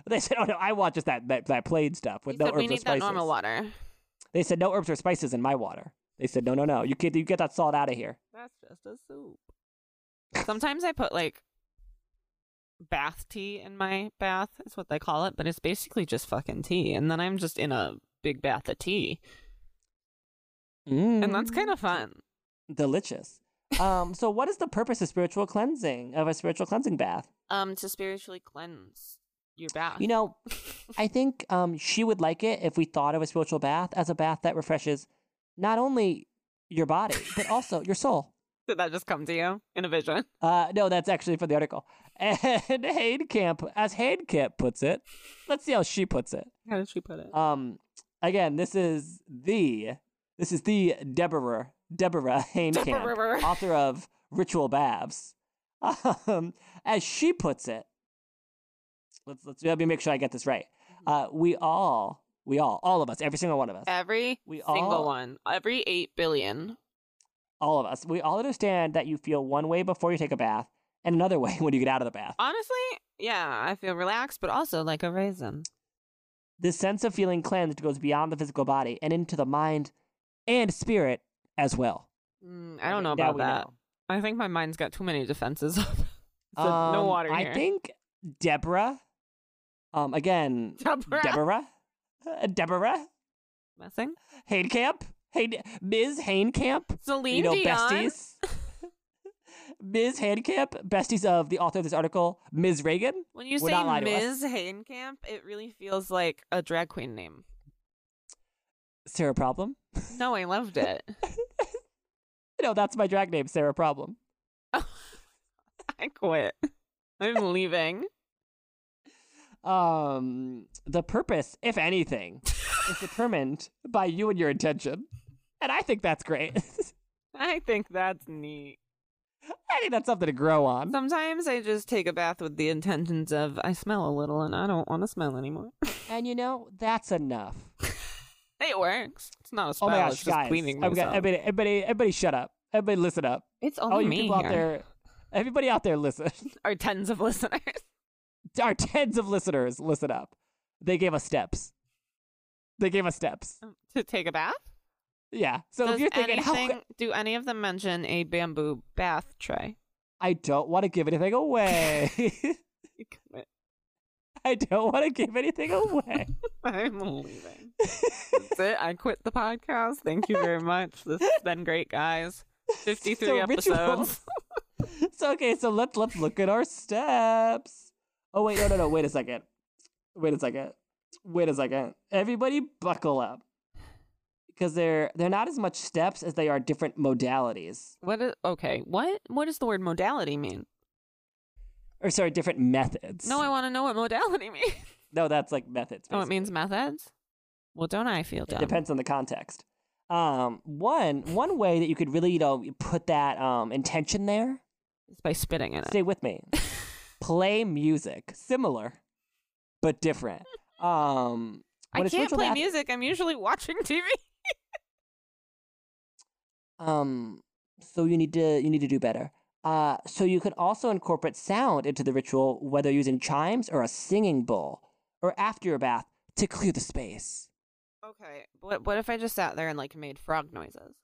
They said, oh no, I want just that that, that plain stuff with
They
no
said
herbs
we
or
need
spices.
that normal water.
They said no herbs or spices in my water. They said no, no, no. You get you get that salt out of here.
That's just a soup. Sometimes I put like bath tea in my bath, is what they call it, but it's basically just fucking tea. And then I'm just in a big bath of tea. And that's
Mm.
kind of fun.
delicious. Um, so what is the purpose of spiritual cleansing of a spiritual cleansing bath?
Um, to spiritually cleanse your bath.
You know, I think um, she would like it if we thought of a spiritual bath as a bath that refreshes not only your body but also your soul.
Did that just come to you in a vision?
Uh, no, that's actually from the article. *laughs* And Haid Camp, as Haid Camp puts it, let's see how she puts it.
How did she put it?
Um, again, this is the this is the Deborah Deborah *laughs* Hainkamp,
Deborah.
author of Ritual Baths. *laughs* Um, as she puts it, let's let's let me make sure I get this right. Uh, we all, we all, all of us, every single one of us,
Mm-hmm. Every
We
single
all-
one. Every 8 billion.
all of us, we all understand that you feel one way before you take a bath and another *laughs* way when you get out of the bath.
Honestly, yeah, I feel relaxed, but also like a raisin.
This sense of feeling cleansed goes beyond the physical body and into the mind and spirit as well.
Mm, I don't know
Now
about
we
that.
know.
I think my mind's got too many defenses *laughs* up. So no
Um,
water
I
here. *laughs*
think Deborah. Um, again,
Deborah.
Deborah, Uh, Deborah
*laughs* Messing.
Hainkamp, Hain, Ms. Hainkamp.
Celine
you know,
Dion.
besties. *laughs* Ms. Hainkamp, besties of the author of this article, Ms. Reagan.
When you
would
say
not lie to
Ms. Hainkamp, it really feels like a drag queen name.
Sarah Problem.
No, I loved
*laughs*
it. *laughs*
You know, that's my drag name, Sarah Problem.
I quit. I'm leaving.
Um, the purpose, if anything, is determined by you and your intention. And I think that's great. *laughs* I
I think that's neat.
think that's something to grow on.
Sometimes I just take a bath with the intentions of I smell a little and I don't want to smell anymore.
And you know, that's enough.
It works. It's not a
Oh
spell.
my
it's
gosh,
just
guys!
cleaning
I've
myself.
got, everybody, everybody, everybody, shut up! Everybody, listen up!
it's
All
only
Oh, you
Oh, me
people out
here.
there, everybody out there, listen. *laughs*
Our tens of *laughs* listeners.
Our tens of listeners, listen up. They gave us steps. They gave us steps.
to take a bath.
Yeah. So
Does
if you're thinking, how
anything, do any of them mention a bamboo bath tray? *laughs*
I don't want to give anything away. *laughs*
You commit.
I don't want to give anything away.
I'm leaving. That's it. I quit the podcast. Thank you very much. This has been great, guys. 53
So
episodes.
rituals. so okay, so let's let's look at our steps. Oh wait, no, no, no. Wait a second. Wait a second. Wait a second. Everybody, buckle up, because they're they're not as much steps as they are different modalities,
What is okay? What what does the word modality mean?
or sorry, different methods.
No, I want to know what modality *laughs* means.
no, that's like methods.
Oh, it
basically.
means methods. Well, don't I feel
It
dumb?
depends on the context. Um, one one way that you could really you know put that um intention there.
It's by spitting in it.
Stay with
*laughs*
me. Play music, similar, but different. Um. when
I
it's
can't
ritual
play
bath-
music. I'm usually *laughs* watching TV.
Um, so you need to you need to do better. Uh, so you could also incorporate sound into the ritual, whether using chimes or a singing bowl, or after your bath to clear the space.
Okay. What what if I just sat there and like made frog noises?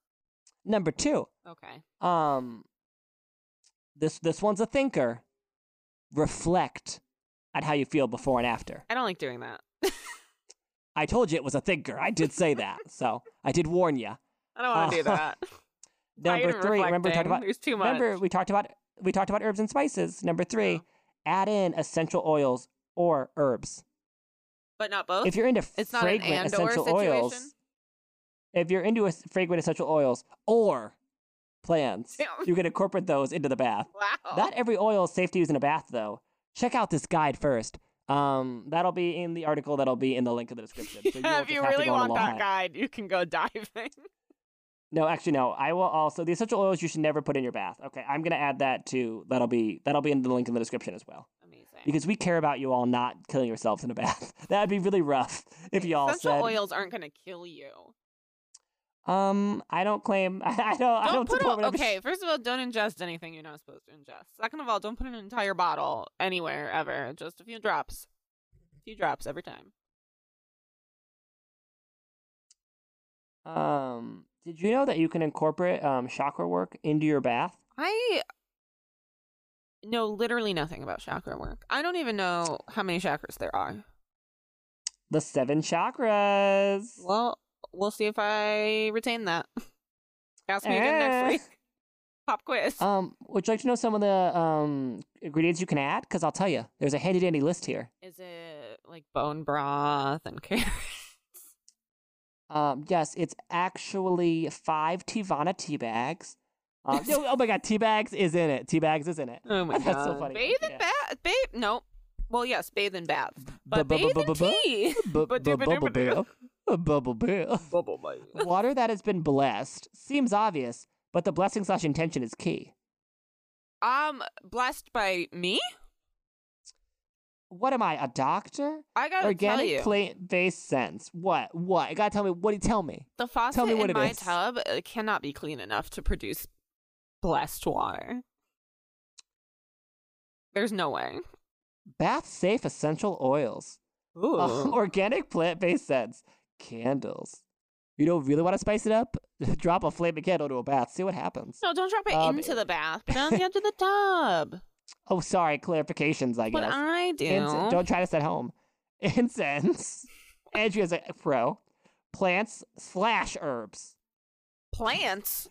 Number two,
Okay.
um, this this one's a thinker. Reflect on how you feel before and after.
I don't like doing that.
I told you it was a thinker. I did say that, so I did warn you.
I don't want to do
*laughs* Uh,
that.
Number
Tired of
three, remember we talked
reflecting.
about
There's too much.
Remember, we talked about we talked about herbs and spices. Number three,
Yeah.
add in essential oils or herbs.
but not both.
If you're into
It's not an
fragrant
and/or
essential
situation?
oils, If you're into es- fragrant essential oils or plants,
Ew.
you can incorporate those into the bath.
*laughs* Wow.
Not every oil is safe to use in a bath, though. Check out this guide first. Um, that'll be in the article. That'll be in the link in the description. So you
*laughs* Yeah,
won't
if
just
you
have to
really
go
want
on a long
that
hike.
guide, you can go *laughs* diving.
No, actually, no. I will also the essential oils you should never put in your bath. Okay, I'm gonna add that too. That'll be that'll be in the link in the description as well
Amazing.
because we care about you all not killing yourselves in a bath. *laughs* That'd be really rough if y'all
essential
said,
oils aren't going to kill you.
"Um, I don't claim. *laughs* I, I don't. I don't
put
support."
a,
whatever sh-
okay. First of all, don't ingest anything you're not supposed to ingest. Second of all, don't put an entire bottle anywhere ever. Just a few drops, a few drops every time.
Um, did you know that you can incorporate um chakra work into your bath?
I know literally nothing about chakra work. I don't even know how many chakras there are.
The seven chakras.
Well, we'll see if I retain that. Ask me again
Eh.
next week. Pop quiz.
Um, would you like to know some of the um ingredients you can add? Because I'll tell you, there's a handy dandy list here.
Is it like bone broth and carrots?
Um, yes, it's actually five Tivana tea bags. Um,
*laughs*
no, oh my god, tea bags is in it. Tea bags is in it.
Oh my god.
That's so funny.
Bathe and
Yeah.
bath. Babe. Nope. Well, yes, bathe and bath. But
Bu- bu-
bathe
bu-
and
bu- bu-
tea.
bu- bu-
Ba-doo-ba-doo-ba-doo.
Bubble bill. A Bubble bill.
Bubble bath.
Water that has been blessed seems obvious, but the blessing slash intention is key.
Um, blessed by me.
What am I, a doctor?
I gotta tell you,
Organic plant based scents. What? What? You gotta tell me. What do you tell me?
the faucet
me
in
what it
my
is.
tub uh, cannot be clean enough to produce blessed water. There's no way.
Bath safe essential oils.
Ooh. *laughs*
Um, *laughs* organic plant based scents. Candles. You don't really want to spice it up? *laughs* Drop a flaming candle to a bath. See what happens.
no, don't drop it
um,
into the bath. Put it on the edge of the tub.
Oh, sorry. Clarifications, I
What
guess.
*laughs* I do.
Ince- don't try this at home. *laughs* Incense. Andrea's a pro. Plants slash herbs.
*laughs*
*laughs*
Plants.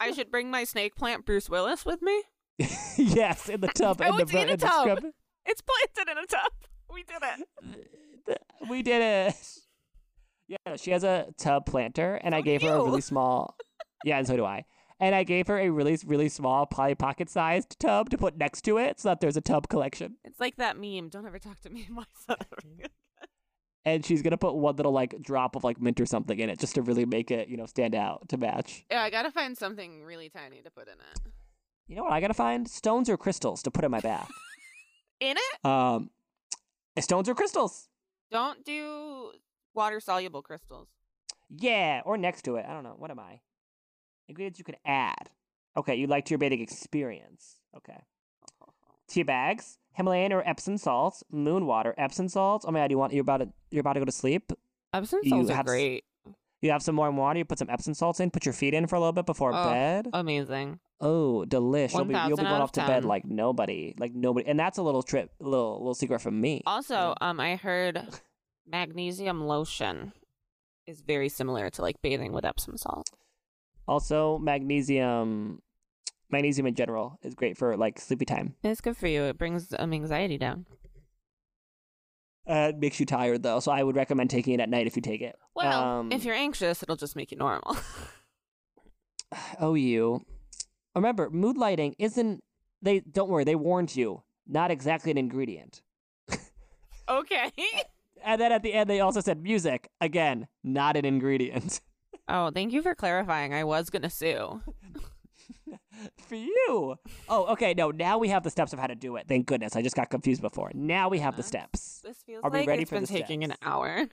I *laughs* should bring my snake plant, Bruce Willis, with me.
*laughs* yes, in the tub.
I
in the,
was in
in
a
the
tub.
*laughs* scrub.
It's planted in a tub. *laughs* We did it.
We did it. *laughs* Yeah, no, she has a tub planter, and I
So do
gave her a
you. *laughs*
really small. Yeah, and so do I. And I gave her a really, really small, probably pocket-sized tub to put next to it, so that there's a tub collection.
It's like that meme. Don't ever talk to me *laughs* in my son.
And she's gonna put one little like drop of like mint or something in it, just to really make it, you know, stand out to match.
yeah, I gotta find something really tiny to put in it.
You know what? I gotta find stones or crystals to put in my bath.
*laughs* In it?
um, stones or crystals.
Don't do water soluble crystals.
Yeah, or next to it. I don't know. What am I? Ingredients you could add. Okay, you liked your bathing experience. Okay. Tea bags, Himalayan or Epsom salts, moon water, Epsom salts. Oh my god, you want you're about to you're about to go to sleep.
Epsom
You
salts are
have s-
great.
You have some warm water. You put some Epsom salts in. Put your feet in for a little bit before
Oh.
bed.
*laughs* Amazing.
Oh, delish! You'll be
1,000
you'll be going
out of
off to bed
10.
like nobody, like nobody. And that's a little trip, little little secret from me.
Also, um, I heard magnesium lotion is very similar to like bathing with Epsom salt.
Also, magnesium, magnesium in general is great for like sleepy time.
It's good for you. It brings um, anxiety down.
Uh, it makes you tired though, so I would recommend taking it at night if you take it.
Well,
Um,
if you're anxious, it'll just make you normal. *laughs*
oh you, remember mood lighting isn't. They don't worry, they warned you. Not exactly an ingredient.
okay.
And then at the end, they also said music again, not an ingredient.
*laughs*
*laughs*
Oh, thank you for clarifying. I was gonna sue.
For you. Oh, okay. No, now we have the steps of how to do it. Thank goodness. I just got confused before. Now we have the
Yes.
steps.
This feels
Are we
like
ready
it's
for
been
the
taking an
steps?
hour.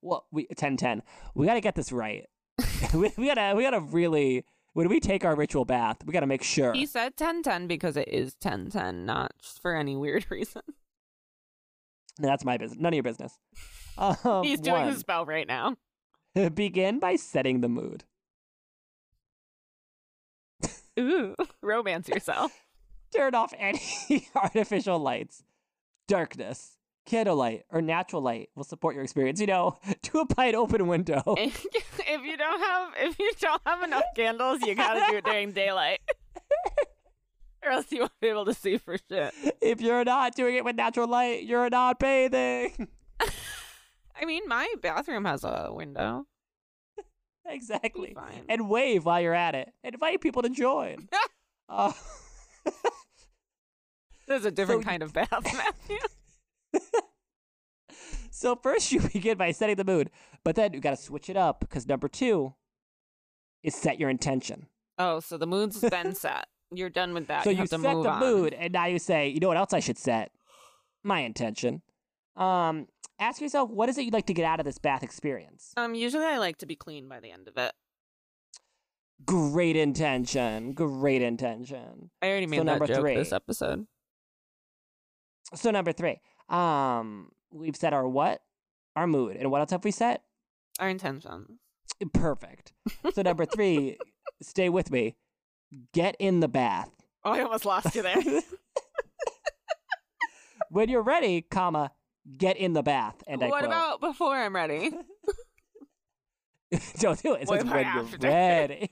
Well, we 10 10. We got to get this right. *laughs* we, we gotta we gotta really when we take our ritual bath, we gotta make sure.
He said 1010 because it is 1010, not just for any weird *laughs* reason.
No, that's my business. None of your business. Um,
He's doing
one,
the spell right now.
*laughs* Begin by setting the mood.
Ooh, romance yourself.
Turn off any *laughs* artificial lights. Darkness, candlelight, or natural light will support your experience. You know, *laughs* do it by an open window.
*laughs* if if you don't have if you don't have enough candles, you gotta do it during daylight, *laughs* or else you won't be able to see for shit.
If you're not doing it with natural light, you're not bathing. *laughs*
I mean, my bathroom has a window.
exactly.
fine.
And wave while you're at it. Invite people
*laughs*
to join. uh, *laughs*
This is a different
you-
kind of bath, *laughs* Matthew.
so first you *laughs* begin by setting the mood, but then you got to switch it up because number two is set your intention.
oh, so the mood's been set. You're done with that.
so
Uh, you,
you
have to
set
move
the
on.
mood, and now you say, you know what else I should set? My intention. Um, ask yourself, what is it you'd like to get out of this bath experience?
Um, usually I like to be clean by the end of it.
Great intention. Great intention.
I already made that
number
joke this
three.
episode.
So number three, um, we've set our what, our mood, and what else have we set?
Our intentions.
Perfect. So
*laughs*
number three, stay with me. Get in the bath.
Oh, I almost lost you there.
when you're ready, comma, get in the bath. *laughs* And I
what
quote,
about before I'm ready?
*laughs* don't do it. It
What
says
about
when you're
after? *laughs*
ready.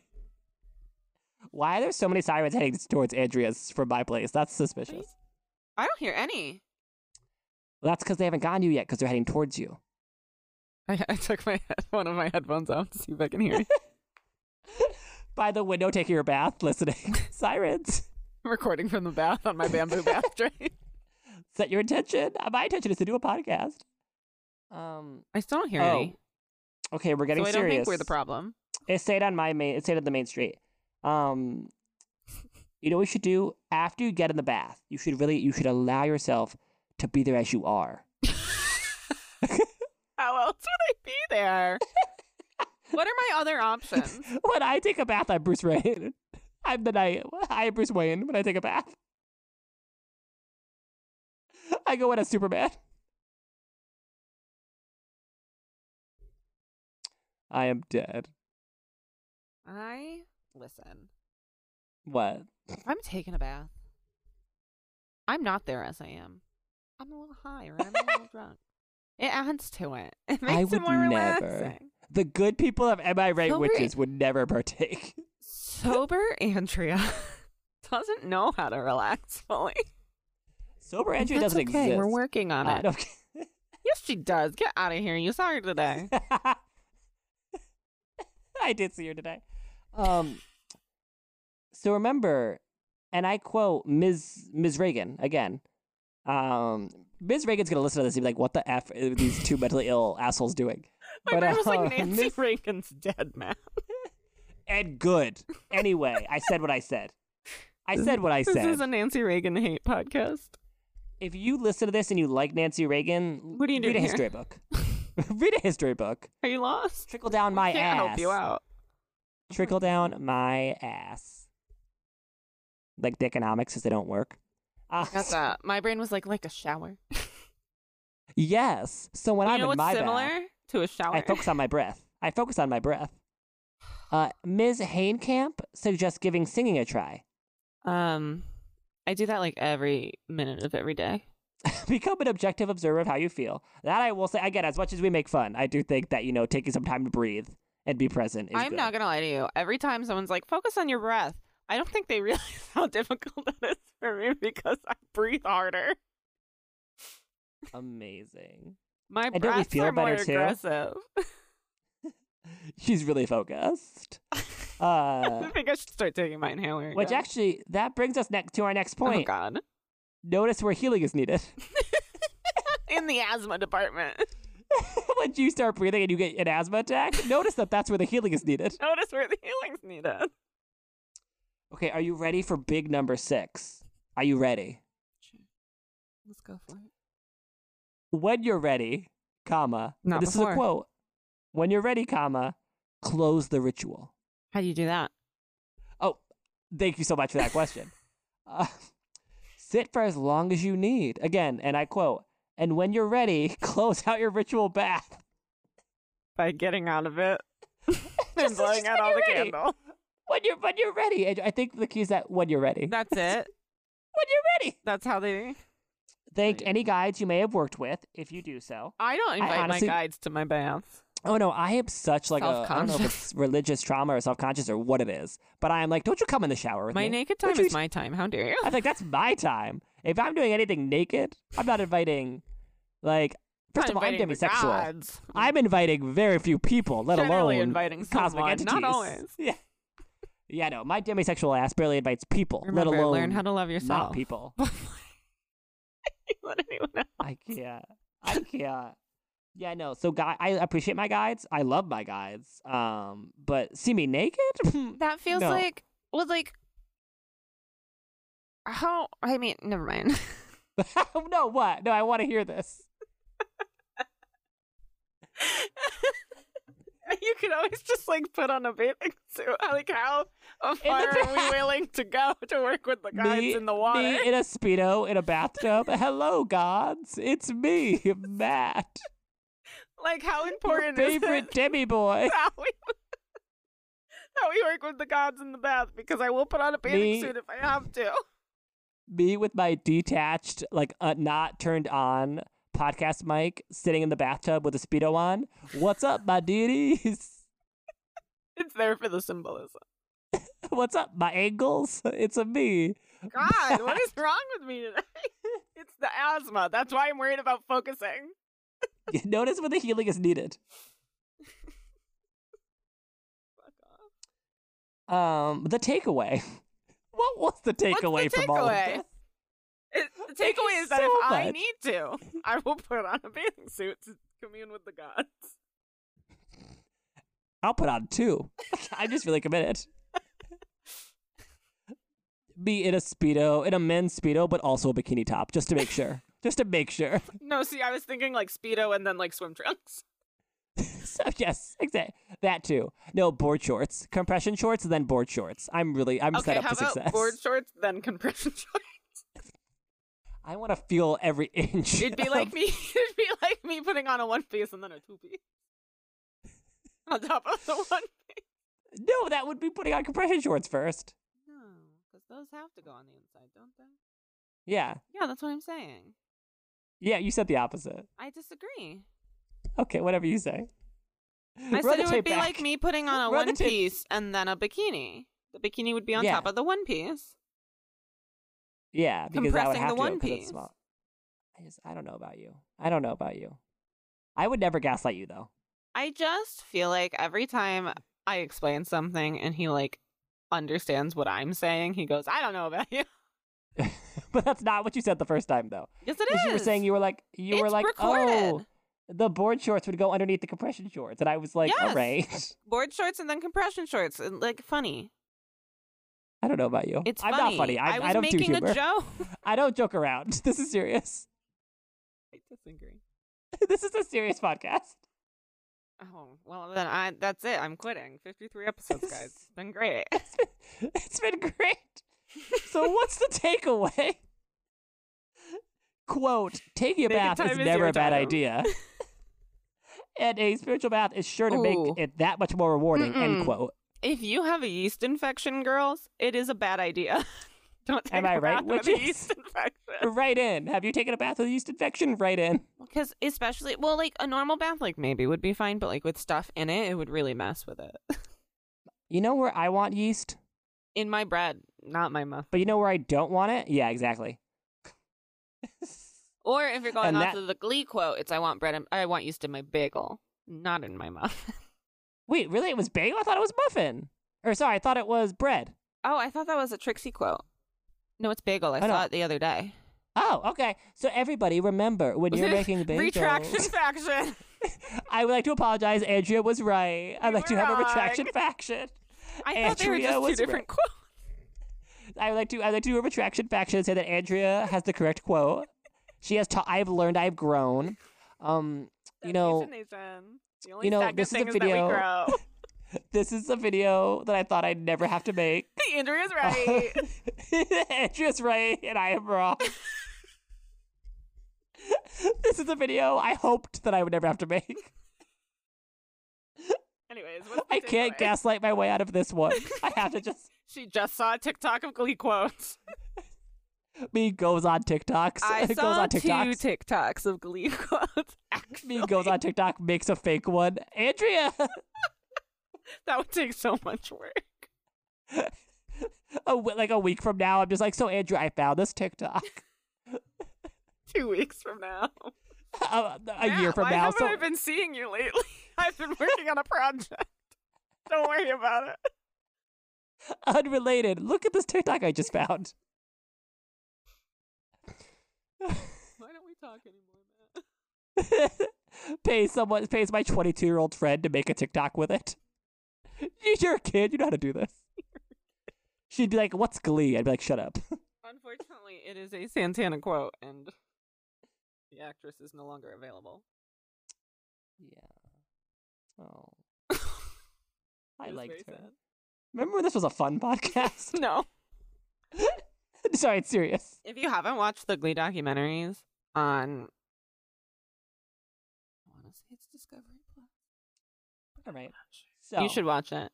Why are there so many sirens heading towards Andrea's from my place? That's suspicious.
I don't hear any.
Well, that's because they haven't gotten you yet because they're heading towards you.
*laughs* I, I took my *laughs* head, one of my headphones off to see if I can hear *laughs* you.
By the window, taking your bath, *laughs* listening. sirens.
I'm *laughs* recording from the bath on my bamboo *laughs* bath tray.
set your intention. Uh, My intention is to do a podcast. Um.
I still don't hear any.
Oh. Okay, we're getting
so I don't
serious.
think we're the problem.
It stayed on my main. It stayed on the main street. Um. You know what you should do after you get in the bath. You should really. You should allow yourself to be there as you are.
How else would I be *laughs* there? what are my other options?
When I take a bath, I'm Bruce Wayne. *laughs* I'm the night. I am Bruce Wayne when I take a bath. I go in as Superman. I am dead.
*laughs* I listen.
What?
If I'm taking a bath, I'm not there as I am. I'm a little high or I'm a *laughs* little drunk. It adds to it. *laughs* It makes
I
it
would
more
never.
relaxing.
The good people of Am I Right
So great.
Witches would never partake. *laughs*
Sober Andrea *laughs* doesn't know how to relax fully.
Sober Andrew
That's
doesn't
okay.
exist.
We're working on
Uh,
it.
don't- *laughs*
Yes, she does. Get out of here. You saw her today.
*laughs* I did see her today. Um, so remember, and I quote Ms. Ms. Reagan again. Um, Ms. Reagan's gonna listen to this and be like, "What the f are these two mentally ill assholes doing?"
My brain was
uh, *laughs*
like Nancy
Ms.
Reagan's dead, man.
and good. Anyway, I said what I said. I said what I
This
said.
is a Nancy Reagan hate podcast.
if you listen to this and you like Nancy Reagan,
What are you
read
doing
a
here?
history book. *laughs* read a history book.
Are you lost?
Trickle down my
Can't
ass.
help you out.
Trickle down my ass. Like the economics, because they don't work. Uh,
That's that. My brain was like like a shower.
Yes. So when
you
I'm
know
in
what's
my bath,
similar to a shower?
I focus on my breath. I focus on my breath. Uh, Ms. Hainkamp suggests giving singing a try. *laughs*
Um, I do that like every minute of every day.
Become an objective observer of how you feel. That I will say again. As much as we make fun, I do think that you know taking some time to breathe and be present is
I'm
good.
not gonna lie to you. Every time someone's like, "Focus on your breath," I don't think they *laughs* realize how difficult that is for me because I breathe harder.
Amazing.
My
don't we
breaths
feel
are more
better, too?
aggressive.
She's really focused.
*laughs*
Uh,
I think I should start taking my inhaler.
which
again.
actually that brings us next to our next
Oh
point.
God!
Notice where healing is needed. *laughs*
*laughs* In the asthma department, *laughs*
when you start breathing and you get an asthma attack, notice that that's where the healing is needed.
notice where the healing's needed.
Okay, are you ready for big number six? Are you ready?
Let's go for it.
When you're ready, comma.
Not
this is
before.
a quote. When you're ready, comma, close the ritual.
How do you do that?
Oh, thank you so much for that question. *laughs* uh, sit for as long as you need. Again, and I quote. And when you're ready, *laughs* close out your ritual bath. *laughs*
By getting out of it and
Just-
blowing
just
out
when
all
you're
the
ready.
candle.
When you're when you're ready, and I think the key is that when you're ready.
That's it.
when you're ready.
That's how they.
Thank
Right.
any guides you may have worked with, if you do so.
I don't invite
honestly-
my guides to my baths.
Oh no, I am such like a I don't know if
Self-conscious.
it's religious trauma or self conscious or what it is, but I am like, don't you come in the shower with
My
me?
naked
Don't
time
you
is
*laughs*
my time. How dare you?
I think that's my time. If I'm doing anything naked, I'm not inviting. Like First
Not
of all, I'm
inviting the
demisexual.
gods.
I'm inviting very few people, let
Generally
alone
inviting
cosmic
someone,
entities.
Not always.
*laughs* Yeah. Yeah, no, my demisexual ass barely invites people,
*laughs* Remember,
let alone
learn how to love
not
yourself.
people.
*laughs* Let anyone else- *laughs*
I can't. I can't. Yeah, no. So, guy, I appreciate my guides. I love my guides. Um, but see me naked? *laughs*
That feels
No.
like well, like how? I mean, never mind.
no, what? No, I want to hear this.
*laughs* you could always just like put on a bathing suit. Like how far
far
are
are
we willing to go to work with the guys
Me-
in the water?
Me in a speedo in a bathtub. Hello, gods. It's me, *laughs* Matt,
*laughs* Like how
your
important is
favorite
it
demi
*laughs*
boy.
how we how we work with the gods in the bath? Because I will put on a bathing
Me-
suit if I have to. *laughs*
Me with my detached, like uh, not turned on podcast mic, sitting in the bathtub with a speedo on. What's up,
*laughs*
my duties? *laughs*
It's there for the symbolism.
What's up, my angles? It's a me.
God, what is wrong with me today? *laughs* It's the asthma. That's why I'm worried about focusing.
You *laughs* Notice when the healing is needed.
Fuck off.
Um, the takeaway. *laughs* What was the
the
takeaway from all of
takeaway?
this?
It, the
Thank you
takeaway is that
so
if I
much.
need to, I will put on a bathing suit to commune with the gods.
I'll put on two. *laughs* I'm just really
*laughs*
committed. Be in a speedo, in a men's speedo, but also a bikini top, just to
*laughs*
make sure. just to make sure. *laughs*
No, see, I was thinking like speedo and then like swim trunks.
so yes, exactly that too. No board shorts, compression shorts, then board shorts. I'm really, I'm
okay,
set up
how
for
about
success.
board shorts then compression *laughs* shorts?
*laughs* I want to feel every *laughs* inch.
It'd be
of-
*laughs* like me. It'd be like me putting on a one piece and then a two piece *laughs* on top of the one.
no, that would be putting on compression shorts first.
No, because those have to go on the inside, don't they?
Yeah,
Yeah, that's what I'm saying.
yeah. You said the opposite.
I disagree.
Okay, whatever you say. *laughs*
I said it would be like me putting on a
Roll the
one
tape-
piece and then a bikini. The bikini would be on
Yeah.
top of the one piece.
Yeah, because that would
compressing the
have to
one
'cause
piece.
it's small. I just I don't know about you. I don't know about you. I would never gaslight you though. *laughs*
I just feel like every time I explain something and he like understands what I'm saying, he goes, "I don't know about *laughs* you."
but that's not what you said the first time though.
Yes, it
Because
is.
you were saying you were like you were
It's
like oh
recorded.
the board shorts would go underneath the compression shorts and I was like all
Yes.
right. *laughs*
board shorts and then compression shorts, and like funny.
I don't know about you.
It's
I'm
funny.
not funny. I,
was
I don't do
making
humor.
a joke.
*laughs*
*laughs*
I don't joke around. *laughs* This is serious.
I disagree.
this is a serious podcast.
Oh well, then I that's it. I'm quitting. Fifty-three episodes, guys.
*laughs*
It's been great. *laughs*
It's been, *laughs* it's been great. So what's the takeaway? Quote, taking a
Naked
bath is
time is
never
your
a bad
time. *laughs*
idea. and a spiritual bath is sure to
Ooh.
make it that much more rewarding,
Mm-mm.
end quote.
If you have a yeast infection, girls, it is a bad idea. *laughs* Don't take
Am I
a
right?
bath
Which
with a
is- *laughs*
yeast infection.
Right in. Have you taken a bath with a yeast infection? Right in.
Because especially, well, like a normal bath, like maybe would be fine, but like with stuff in it, it would really mess with it. *laughs*
You know where I want yeast,
In my bread, not my muff.
but you know where I don't want it? Yeah, exactly.
Or if you're going
And
off
that-
of the Glee quote, it's I want bread. In, I want yeast in my bagel, not in my muff.
Wait, really? It was bagel? I thought it was muffin. Or sorry, I thought it was bread.
*laughs* Oh, I thought that was a Trixie quote. No, it's bagel. I,
I know.
saw it the other day.
Oh, okay. So everybody, remember when
*laughs*
you're making bagels.
Retraction
*laughs*
faction.
I would like to apologize. Andrea was right. I'd
You
like to
were
have a
wrong.
retraction faction.
I thought they were
Andrea
just two
was *laughs*
different quotes.
I would like to. I'd like to do a retraction faction and say that Andrea has the correct quote. She has. Ta- I've learned. I've grown. Um, you know,
the only
you know,
second
this is a
thing that we
video- *laughs*
grow. *laughs*
this is a video that I thought I'd never have
*laughs*
to make.
Andrea's right.
*laughs* Andrea's right, and I am
*laughs*
wrong. this is a video I hoped that I would never have to make.
Anyways, what's the
I can't
takeaway?
gaslight my way out of this one. I have to just.
She just saw a TikTok of Glee quotes.
Me goes on TikToks. *laughs*
I
goes
saw
on
two
TikToks.
TikToks of Glee quotes. *laughs* Actually,
me goes on TikTok, makes a fake one. Andrea, *laughs*
that would take so much work. *laughs*
a w- like a week from now, I'm just like, so Andrea, I found this TikTok.
Two weeks from now,
*laughs* a, a year
Matt,
from
why
now.
haven't
So
I been seeing you lately? *laughs* I've been working on a project. *laughs* Don't worry about it.
unrelated. Look at this TikTok I just found.
*laughs*
*laughs*
Why don't we talk anymore, Matt?
pay someone pays my 22 year old friend to make a TikTok with it. *laughs* You're a kid. You know how to do this.
*laughs*
She'd be like, "What's Glee?" I'd be like, "Shut up."
Unfortunately, it is a Santana quote, and the actress is no longer available.
Yeah.
*laughs*
Oh,
I
I liked her. Remember when this was a fun *laughs*
*laughs*
podcast?
No.
*laughs* Sorry, it's serious.
If you haven't watched the Glee documentaries on, I want to say it's Discovery Plus.
All right. So
You should watch it.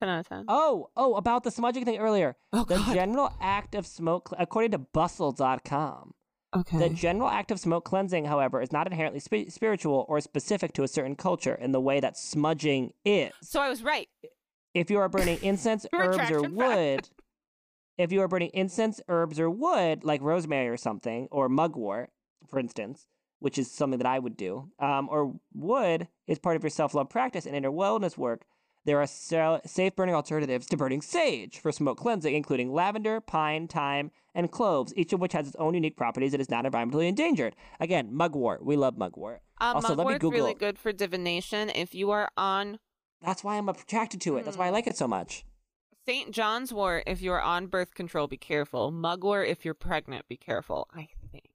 Ten out of ten.
Oh, oh, about the smudging thing earlier.
Oh,
The
God.
general act of smoke, according to bustle.com,
okay.
The general act of smoke cleansing, however, is not inherently spi- spiritual or specific to a certain culture in the way that smudging is.
so I was right.
If you are burning incense, herbs, or
Retraction back.
wood, if you are burning incense, herbs, or wood, like rosemary or something, or mugwort, for instance, which is something that I would do, um, or wood is part of your self love practice and inner wellness work, there are sa- safe burning alternatives to burning sage for smoke cleansing, including lavender, pine, thyme, and cloves, each of which has its own unique properties and is not environmentally endangered. Again, mugwort. We love mugwort.
Uh,
Also, let me
mugwort's really
Google-
good for divination. If you are on
That's why I'm attracted to it. That's
Mm.
why I like it so much.
St. John's Wort, if you are on birth control, be careful. Mugwort, if you're pregnant, be careful. I think.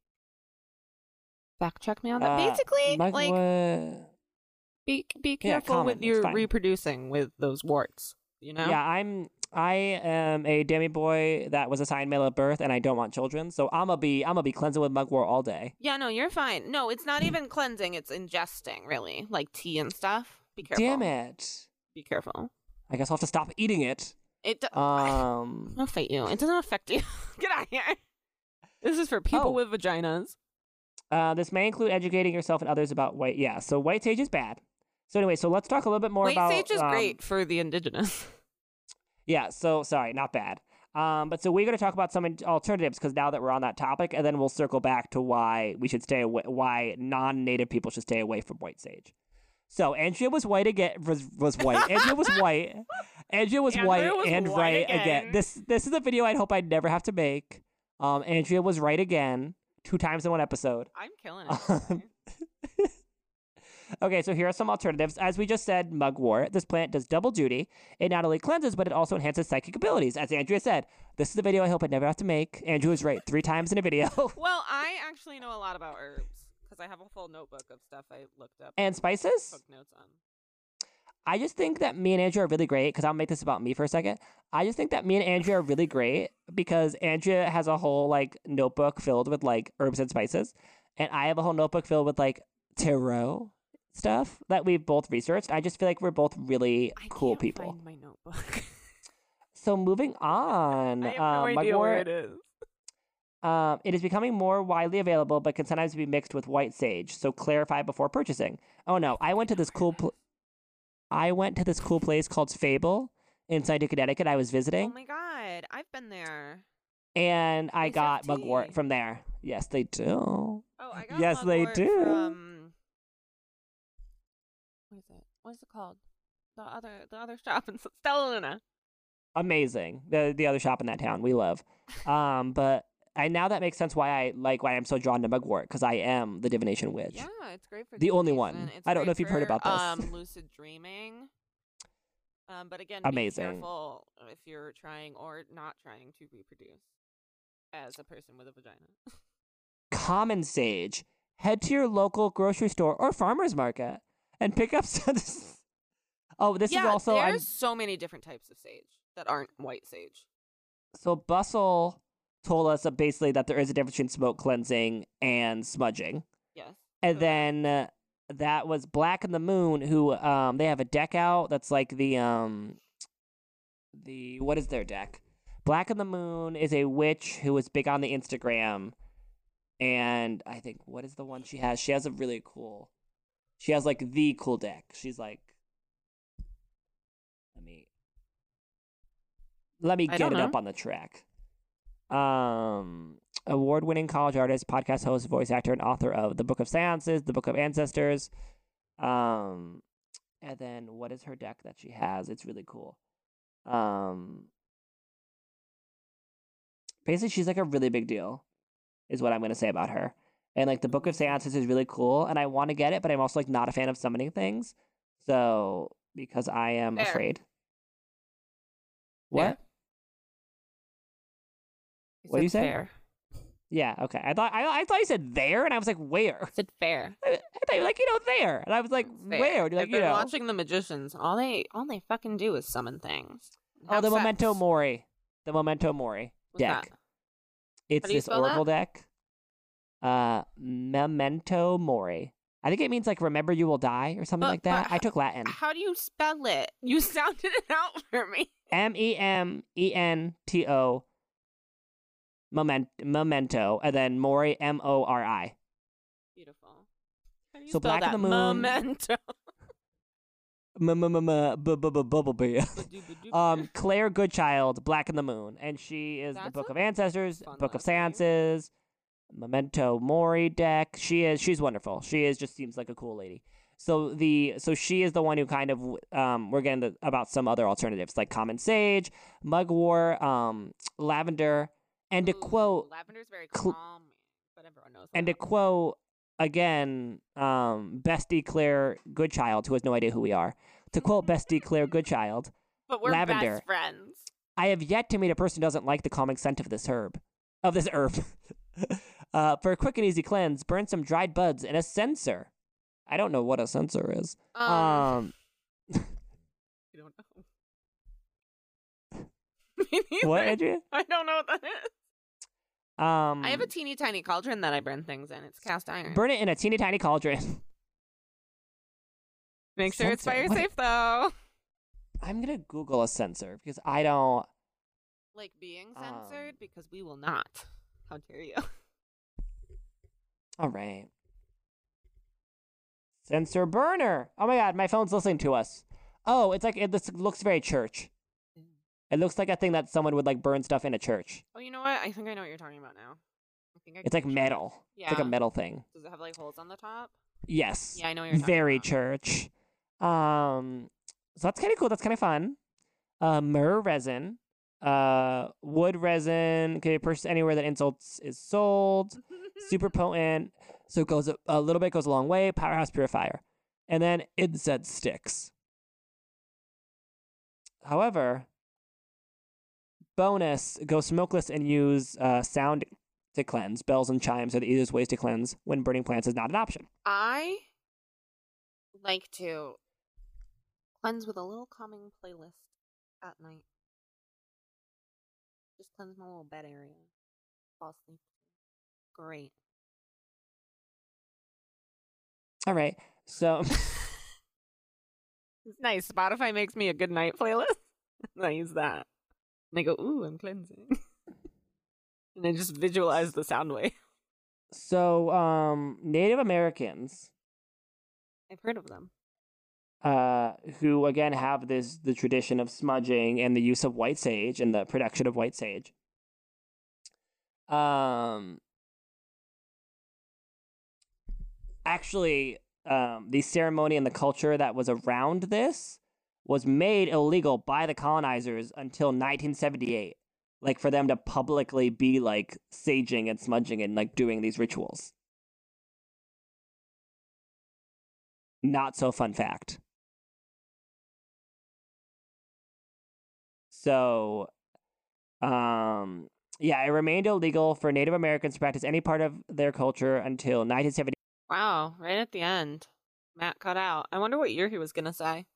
Fact check me on that.
Uh,
Basically, like
mugwort-
be be
Yeah,
careful
common,
with
it's
your
fine.
reproducing with those warts. You know.
Yeah, I'm. I am a demi boy that was assigned male at birth, and I don't want children. So I'ma be I'ma be cleansing with mugwort all day.
Yeah, no, you're fine. No, it's not even cleansing, it's ingesting, really. Like tea and stuff. Be careful.
Damn it!
Be careful.
I guess I'll have to stop
*laughs*
eating it.
It do-
Um.
I'll fight you. It doesn't affect you. *laughs* Get out of here. This is for people
Oh.
with vaginas.
uh, this may include educating yourself and others about white. Yeah. So white sage is bad. So anyway, so let's talk a little bit more
White
about.
sage is
um,
great for the indigenous. *laughs*
Yeah. So sorry, not bad. Um, but so we're going to talk about some in- alternatives because now that we're on that topic, and then we'll circle back to why we should stay away, why non-native people should stay away from white sage. So Andrea was white again. Was, was white. Andrea was
*laughs*
white. Andrea was
Andrea
white
was
and
white
right again.
again.
This this is a video I'd hope I'd never have to make. Um, Andrea was right again two times in one episode.
I'm killing it. *laughs* today.
Okay, so here are some alternatives. As we just said, mugwort. This plant does double duty. It not only cleanses, but it also enhances psychic abilities. As Andrea said, this is the video I hope I never have to make. Andrew was right three times in a video. *laughs*
well, I actually know a lot about herbs because I have a full notebook of stuff I looked up
and spices?
took notes on.
I just think that me and Andrea are really great because I'll make this about me for a second. I just think that me and Andrea are really great because Andrea has a whole like notebook filled with like herbs and spices, and I have a whole notebook filled with like tarot stuff that we've both researched. I just feel like we're both really
I
cool
can't
people.
Find my notebook. *laughs*
So moving on,
I have
um,
no idea where
mugwort,
it is.
um, it is becoming more widely available, but can sometimes be mixed with white sage. So clarify before purchasing. Oh no, I went to this cool. Pl- I went to this cool place called Fable in Scientific Connecticut. I was
Oh
visiting,
my god, I've been there.
and
they
I
serve
got mugwort
tea.
from there. Yes, they do.
Oh, I got
Yes, they
mugwort
do.
From... What is it? What is it called? The other, the other shop in Stella Luna.
Amazing. The the other shop in that town we love. Um, but I now that makes sense why I like why I'm so drawn to mugwort because I am the divination witch.
Yeah, it's great for
The only
divination.
one.
It's
I don't know
great
if you've heard
for,
about this. *laughs*
Um, lucid dreaming. Um, but again,
Amazing.
be careful if you're trying or not trying to reproduce as a person with a vagina. *laughs*
common sage, head to your local grocery store or farmer's market and pick up *laughs* some. oh, this
yeah,
is also
there's
I'm,
so many different types of sage that aren't white sage.
so Bustle told us that basically that there is a difference between smoke cleansing and smudging,
Yes. correct.
and then uh, that was Black and the Moon, who um they have a deck out that's like the um the what is their deck? Black and the Moon is a witch who is big on the Instagram, and I think what is the one she has? She has a really cool. She has like the cool deck. She's like, let me let me
I
get
don't
it up
know.
on the track. Um, award winning college artist, podcast host, voice actor, and author of The Book of Seances, The Book of Ancestors. Um, and then what is her deck that she has? It's really cool. Um, basically, she's like a really big deal, is what I'm going to say about her. And like the Book of Seances is really cool, and I want to get it, but I'm also like not a fan of summoning things. So because I am
Fair.
afraid. What?
Fair.
What do you
said
say?
Fair.
Yeah. Okay. I thought I, I thought you said there, and I was like, where? *laughs*
I said fair.
I, I thought you were like, you know, there, and I was like,
Fair.
where? And You're like,
I've
you
been
know,
watching the magicians. All they all they fucking do is summon things.
oh,
Have
the
sex.
memento mori, the memento mori
What's
deck.
that?
It's
do you
this
spell that?
oracle deck. Uh, memento mori. I think it means like remember you will die or something
Uh, But-
like that.
but
I took Latin.
How do you spell it? You *laughs* sounded it out for me.
M E M E N T O. Moment, memento, and then mori, M O R I.
Beautiful. How do you
So
spell
Black
that?
of the Moon- *laughs*
Memento.
Bubblebee. um, Claire Goodchild, Black in the Moon, and she is the
That's
Book
a
of Ancestors,
fun
Book of
last name.
Seances, Memento Mori deck. She is she's wonderful. She is just seems like a cool lady. So the so she is the one who kind of um we're getting the, about some other alternatives like Common Sage, Mugwort, um Lavender, and to
Ooh,
quote
lavender's very
cl-
calming, but everyone knows.
and to
that.
quote again, um, Bestie Claire Goodchild, who has no idea who we are. To quote Bestie Claire Goodchild,
but we're
lavender.
best friends.
I have yet to meet a person who doesn't like the calming scent of this herb. Of this herb. *laughs* uh, for a quick and easy cleanse, burn some dried buds in a censer. I don't know what a censer is.
Um, *laughs*
Um,
I don't know. Me *laughs* neither.
what, Andrea?
I don't know what that is.
Um,
I have a teeny tiny cauldron that I burn things in. It's cast iron.
burn it in a teeny tiny cauldron. *laughs*
Make sure it's
Sensor.
fire
What-
safe though.
I'm gonna Google a censer because I don't.
Like being
censored,
censored because we will not. How dare you?
All right. Censer burner. Oh my god, my phone's listening to us. Oh, it's like it this looks very church.
Mm.
It looks like a thing that someone would like burn stuff in a church.
Oh, you know what? I think I know what you're talking about now. I think I
It's
can
like
picture it.
metal. It's like
Yeah.
a metal thing.
Does it have like holes on the top?
Yes.
Yeah, I know what you're talking
Very
about.
church. Um so that's kinda cool. That's kinda fun. Uh myrrh resin. Uh wood resin can be purchased anywhere that insults is sold. Super
Mm-hmm.
potent. So it goes a, a little bit goes a long way. Powerhouse purifier. And then incense sticks. However, bonus go smokeless and use uh, sound to cleanse. Bells and chimes are the easiest ways to cleanse when burning plants is not an option.
*laughs* I like to cleanse with a little calming playlist at night. Just cleanse my little bed area. Fall asleep. Great.
All right. So *laughs*
It's nice. Spotify makes me a good night playlist. *laughs* and I use that. And I go, ooh, I'm cleansing. *laughs* and I just visualize the sound wave.
so um Native Americans
I've heard of them.
uh who again have this the tradition of smudging and the use of white sage and the production of white sage. Um actually um the ceremony and the culture that was around this was made illegal by the colonizers until 1978 like for them to publicly be like saging and smudging and like doing these rituals not so fun fact so um yeah it remained illegal for native americans to practice any part of their culture until 1978
Wow, right at the end. Matt cut out. I wonder what year he was going to say.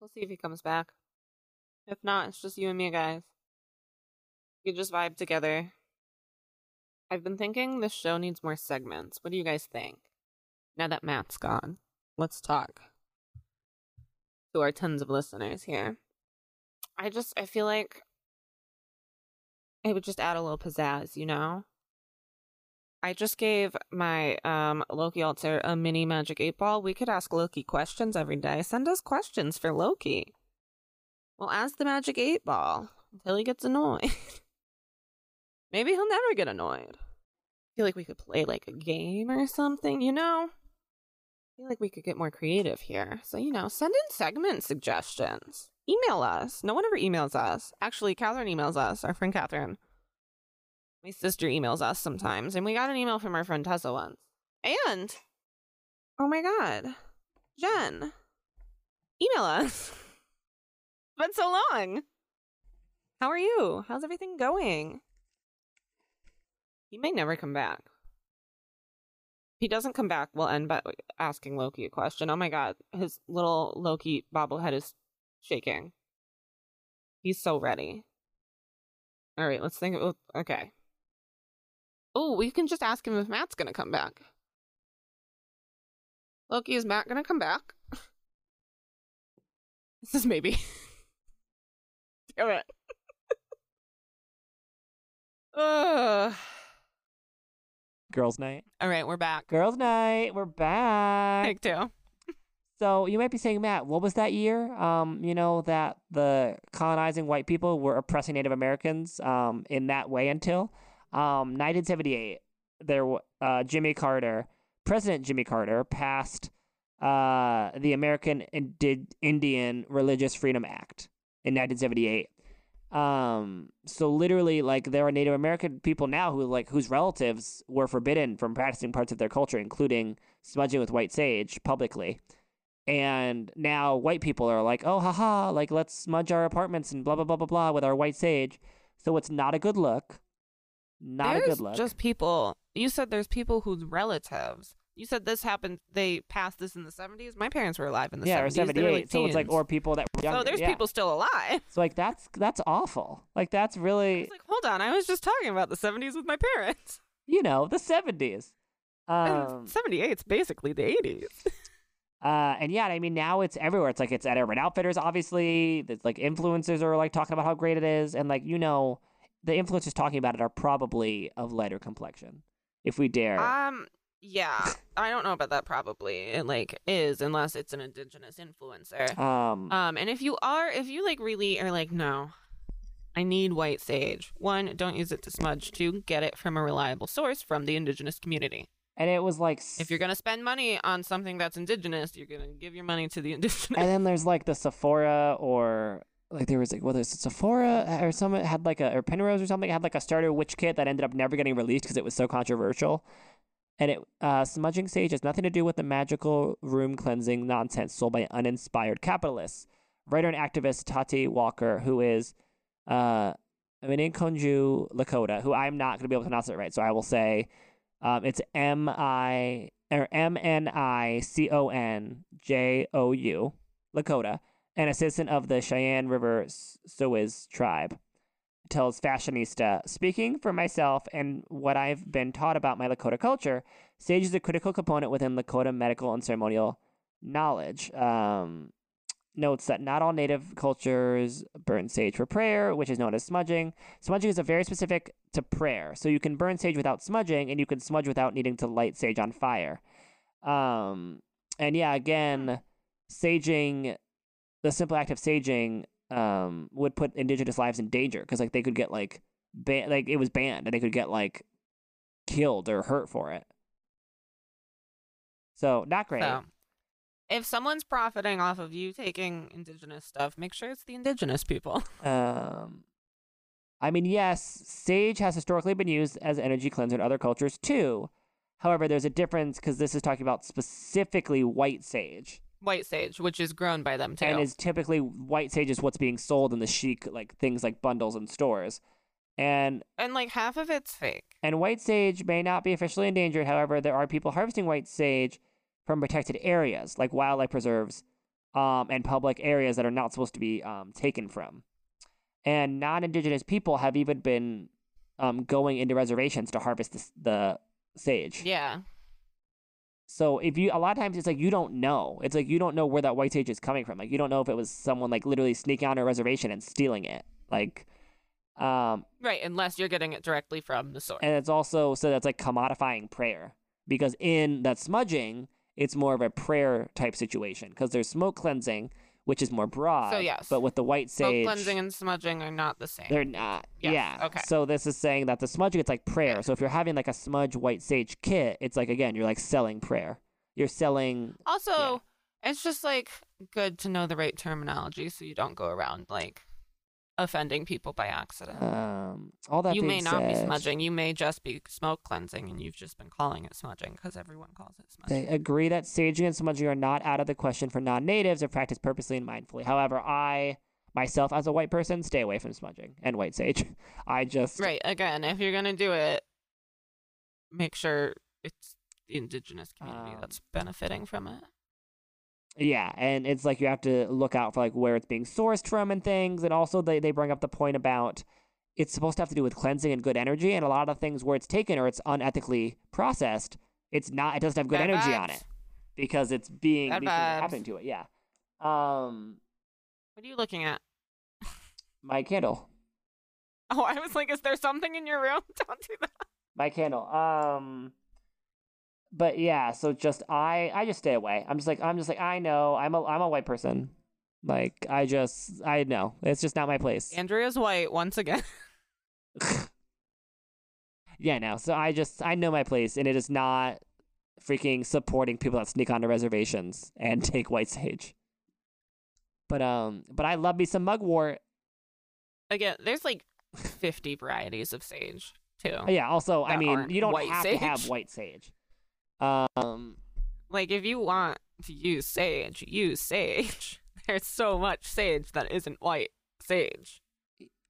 We'll see if he comes back. If not, it's just you and me, guys. We could just vibe together. I've been thinking this show needs more segments. What do you guys think? Now that Matt's gone, let's talk to our tons of listeners here. I just, I feel like it would just add a little pizzazz, you know? I just gave my um, Loki alter a mini magic eight ball. We could ask Loki questions every day. Send us questions for Loki. We'll ask the magic *laughs* eight ball until he gets annoyed. Maybe he'll never get annoyed. feel like we could play like a game or something, you know? I feel like we could get more creative here. So, you know, send in segment suggestions. Email us. No one ever emails us. Actually, Catherine emails us, our friend Catherine. My sister emails us sometimes, and we got an email from our friend Tessa once. And, oh my God, Jen, email us. *laughs* it's been so long. How are you? How's everything going? He may never come back. If he doesn't come back, we'll end by asking Loki a question. Oh my god, his little Loki bobblehead is shaking. He's so ready. All right, let's think. Of, okay. Oh, we can just ask him if Matt's gonna come back. Loki, is Matt gonna come back? *laughs* this is maybe. *laughs* Damn it. *laughs* Ugh.
Girls' night.
All right, we're back.
Girls' night. We're back.
Take two.
So you might be saying, Matt, what was that year? Um, you know that the colonizing white people were oppressing Native Americans um, in that way until um, 1978. There, w- uh, Jimmy Carter, President Jimmy Carter, passed uh, the American Indi- Indian Religious Freedom Act in 1978. Um, so literally, like there are Native American people now who like whose relatives were forbidden from practicing parts of their culture, including smudging with white sage publicly and now white people are like, oh, haha, like let's smudge our apartments and blah blah blah blah blah with our white sage. So it's not a good look. Not a
There's
good look.
Just people. You said there's people whose relatives. You said this happened. They passed this in the 70s. My parents were alive in the
yeah,
70s.
or
They were late
seventy-eight. So it's like,
teens.
or people that were younger.
so Oh, there's
yeah.
people still alive.
So like that's that's awful. Like that's really
It's like, hold on, I was just talking about the 70s with my parents.
you know the seventies. Um,
and 78's basically the 80s.
Uh, and yeah, I mean, now it's everywhere. It's like it's at Urban Outfitters, obviously. It's like influencers are like talking about how great it is, and like you know, the influencers talking about it are probably of lighter complexion, if we dare.
Um, yeah, I don't know about that. Probably it like is unless it's an indigenous influencer.
um,
Um, and if you are, if you like really are like, no, I need white sage. One, don't use it to smudge. Two, get it from a reliable source from the indigenous community.
and it was like
If you're gonna spend money on something that's indigenous, you're gonna give your money to the *laughs* indigenous.
and then there's like the Sephora or like there was like whether it's Sephora uh, or someone had like a or Penrose or something had like a starter witch kit that ended up never getting released because it was so controversial. And it uh, smudging sage has nothing to do with the magical room cleansing nonsense sold by uninspired capitalists. Writer and activist Tati Walker, who is uh, Minnekonju Lakota, who I'm not going to be able to pronounce it right, so I will say um, it's M I or M N I C O N J O U Lakota, an assistant of the Cheyenne River Siouxes tribe, tells Fashionista, speaking for myself and what I've been taught about my Lakota culture, sage is a critical component within Lakota medical and ceremonial knowledge. Um, notes that not all native cultures burn sage for prayer, which is known as smudging. Smudging is a very specific to prayer. So you can burn sage without smudging, and you can smudge without needing to light sage on fire. Um, and yeah, again, saging, the simple act of saging um, would put indigenous lives in danger because like they could get like ban- like it was banned and they could get like killed or hurt for it. So not great.
So, if someone's profiting off of you taking indigenous stuff, make sure it's the indigenous people. *laughs*
Um, I mean, yes, sage has historically been used as an energy cleanser in other cultures too. However, there's a difference because this is talking about specifically white sage,
White sage, which is grown by them too.
and is typically white sage is what's being sold in the chic like things like bundles and stores, and
and like half of it's fake.
and white sage may not be officially endangered. However, there are people harvesting white sage from protected areas like wildlife preserves um, and public areas that are not supposed to be um, taken from. And non indigenous people have even been um, going into reservations to harvest the, the sage.
Yeah.
So if you, a lot of times it's like you don't know. It's like you don't know where that white sage is coming from. Like you don't know if it was someone like literally sneaking on a reservation and stealing it. Like, um,
Right, unless you're getting it directly from the source.
and it's also so that's like commodifying prayer because in that smudging it's more of a prayer type situation because there's smoke cleansing which is more broad.
So yes.
But with the white sage,
Both cleansing and smudging are not the same.
they're not.
Yes,
Yeah.
okay.
So this is saying that the smudging, it's like prayer.
Yeah.
So if you're having like a smudge white sage kit, it's like again, you're like selling prayer. You're selling.
also, it's just like good to know the right terminology so you don't go around like offending people by accident.
Um, all that
you may
being
not be
said,
smudging. You may just be smoke cleansing, and you've just been calling it smudging because everyone calls it smudging.
They agree that saging and smudging are not out of the question for non-natives if practiced purposely and mindfully. However, I myself, as a white person, stay away from smudging and white sage. *laughs* I just
Right. Again, if you're gonna do it, make sure it's the indigenous community
Um,
that's benefiting from it.
Yeah, and it's like you have to look out for like where it's being sourced from and things. And also they, they bring up the point about it's supposed to have to do with cleansing and good energy and a lot of things where it's taken or it's unethically processed, it's not it doesn't have good
Bad
energy
vibes.
on it because it's being
Bad
these things are
vibes.
happening to it. Yeah. Um
What are you looking at?
my candle.
*laughs* Oh, I was like, is there something in your room? *laughs* Don't do that.
My candle. Um but yeah, so just I I just stay away. I'm just like I'm just like I know I'm a I'm a white person. Like I just I know. It's just not my place.
Andrea's white once again. *laughs*
*laughs* yeah, no. So I just I know my place, and it is not freaking supporting people that sneak onto reservations and *laughs* take white sage. But um, but I love me some mugwort.
again, there's like 50 varieties of sage too.
Yeah. Also,
Oh,
I
That
mean,
aren't
you don't
white
have
sage.
to have white sage. Um,
Like if you want to use sage, use sage. *laughs* There's so much sage that isn't white sage.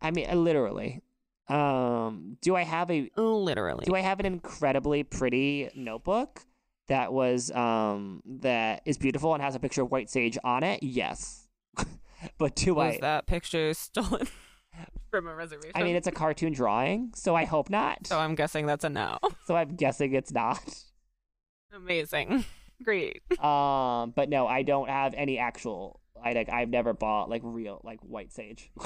I mean, literally. Um, do I have a
Literally.
Do I have an incredibly pretty notebook that was um that is beautiful and has a picture of white sage on it? Yes. *laughs* but do
Was
I
that picture stolen *laughs* from a reservation?
I mean it's a cartoon drawing, so I hope not.
so I'm guessing that's a no. *laughs*
so I'm guessing it's not. *laughs*
Amazing. Great.
um but no, I don't have any actual I like I've never bought like real like white sage. *laughs*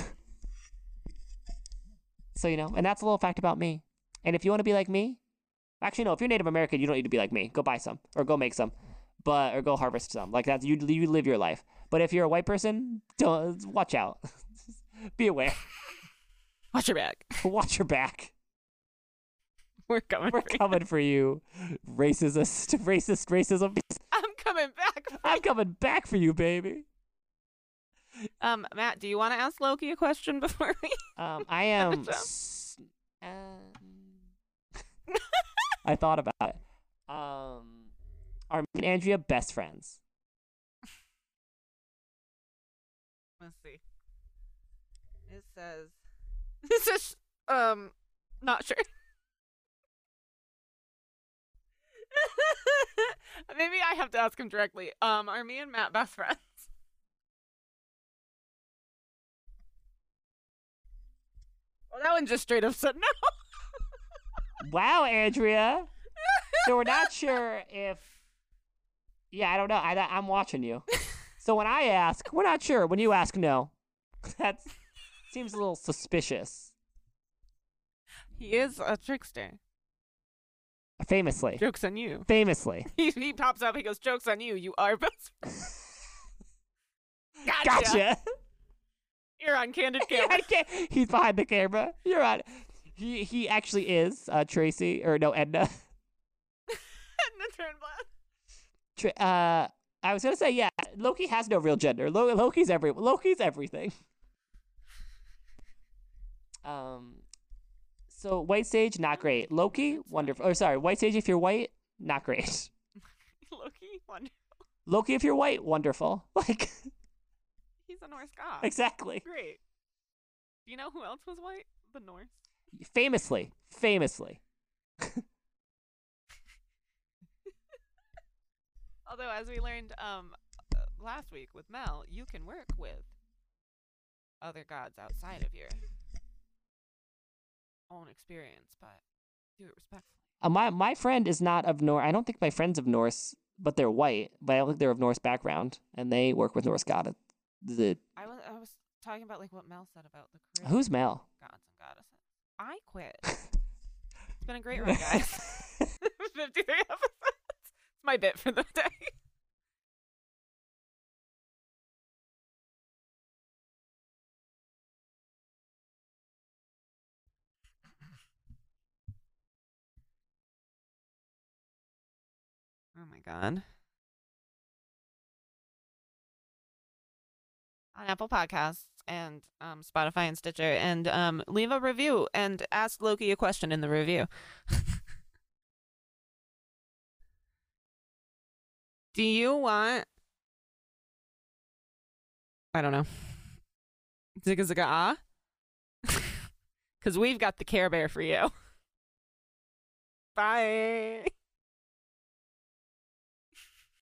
so you know, and that's a little fact about me. And if you want to be like me, Actually, no. If you're Native American, you don't need to be like me. Go buy some, or go make some, but or go harvest some. Like that's you. You live your life. But if you're a white person, don't watch out. *laughs* be aware. *laughs*
Watch your back. *laughs*
watch your back.
We're coming. *laughs*
We're
for you.
coming for you, racist, *laughs* racist, racism.
I'm coming back. for
I'm coming back for you, baby.
you. Um, Matt, do you want to ask Loki a question before we? *laughs*
Um, I am.
Awesome.
s- um, I thought about it. Um, are me and Andrea best friends?
Let's see. It says. *laughs* This is um not sure. *laughs* Maybe I have to ask him directly. Um, are me and Matt best friends? Well, that one just straight up said no. *laughs*
Wow, Andrea. So we're not sure if. Yeah, I don't know. I, I'm watching you. So when I ask, we're not sure. When you ask, no. *laughs* That seems a little suspicious.
He is a trickster.
Famously.
Joke's on you. *laughs*
Famously.
He, he pops up. He goes, "Joke's on you. You are best friends." Gotcha.
Gotcha. *laughs*
You're on candid
You're
*laughs* camera.
on ca- He's behind the camera. You're on. He, he actually is uh, Tracy, or no, Edna.
the turn blast.
Tra- uh, I was going to say, yeah, Loki has no real gender. Lo- Loki's, every- Loki's everything. *laughs* Um, so white sage, not great. Loki, wonderful. Or sorry, white sage if you're white, not great. *laughs*
*laughs* Loki, wonder
Loki if you're white, wonderful. *laughs* Like
he's a Norse god.
*laughs* exactly.
Great. Do you know who else was white? The Norse.
Famously, famously.
Although, as we learned um uh, last week with Mel, you can work with other gods outside of your own experience, but do it respectfully.
Uh, my my friend is not of Norse. I don't think my friends of Norse, but they're white. But I don't think they're of Norse background, and they work with Norse god. The
I was I was talking about like what Mel said about the career
who's Mel?
gods and goddesses. I quit. it's been a
*laughs*
great run, guys. *laughs* 53 episodes. *laughs* It's my bit for the day. Oh my god. On Apple Podcasts and um, Spotify and Stitcher, and um, leave a review and ask Loki a question in the review. Do you want? I don't know. Zigga zigga ah. *laughs* Because we've got the Care Bear for you. Bye.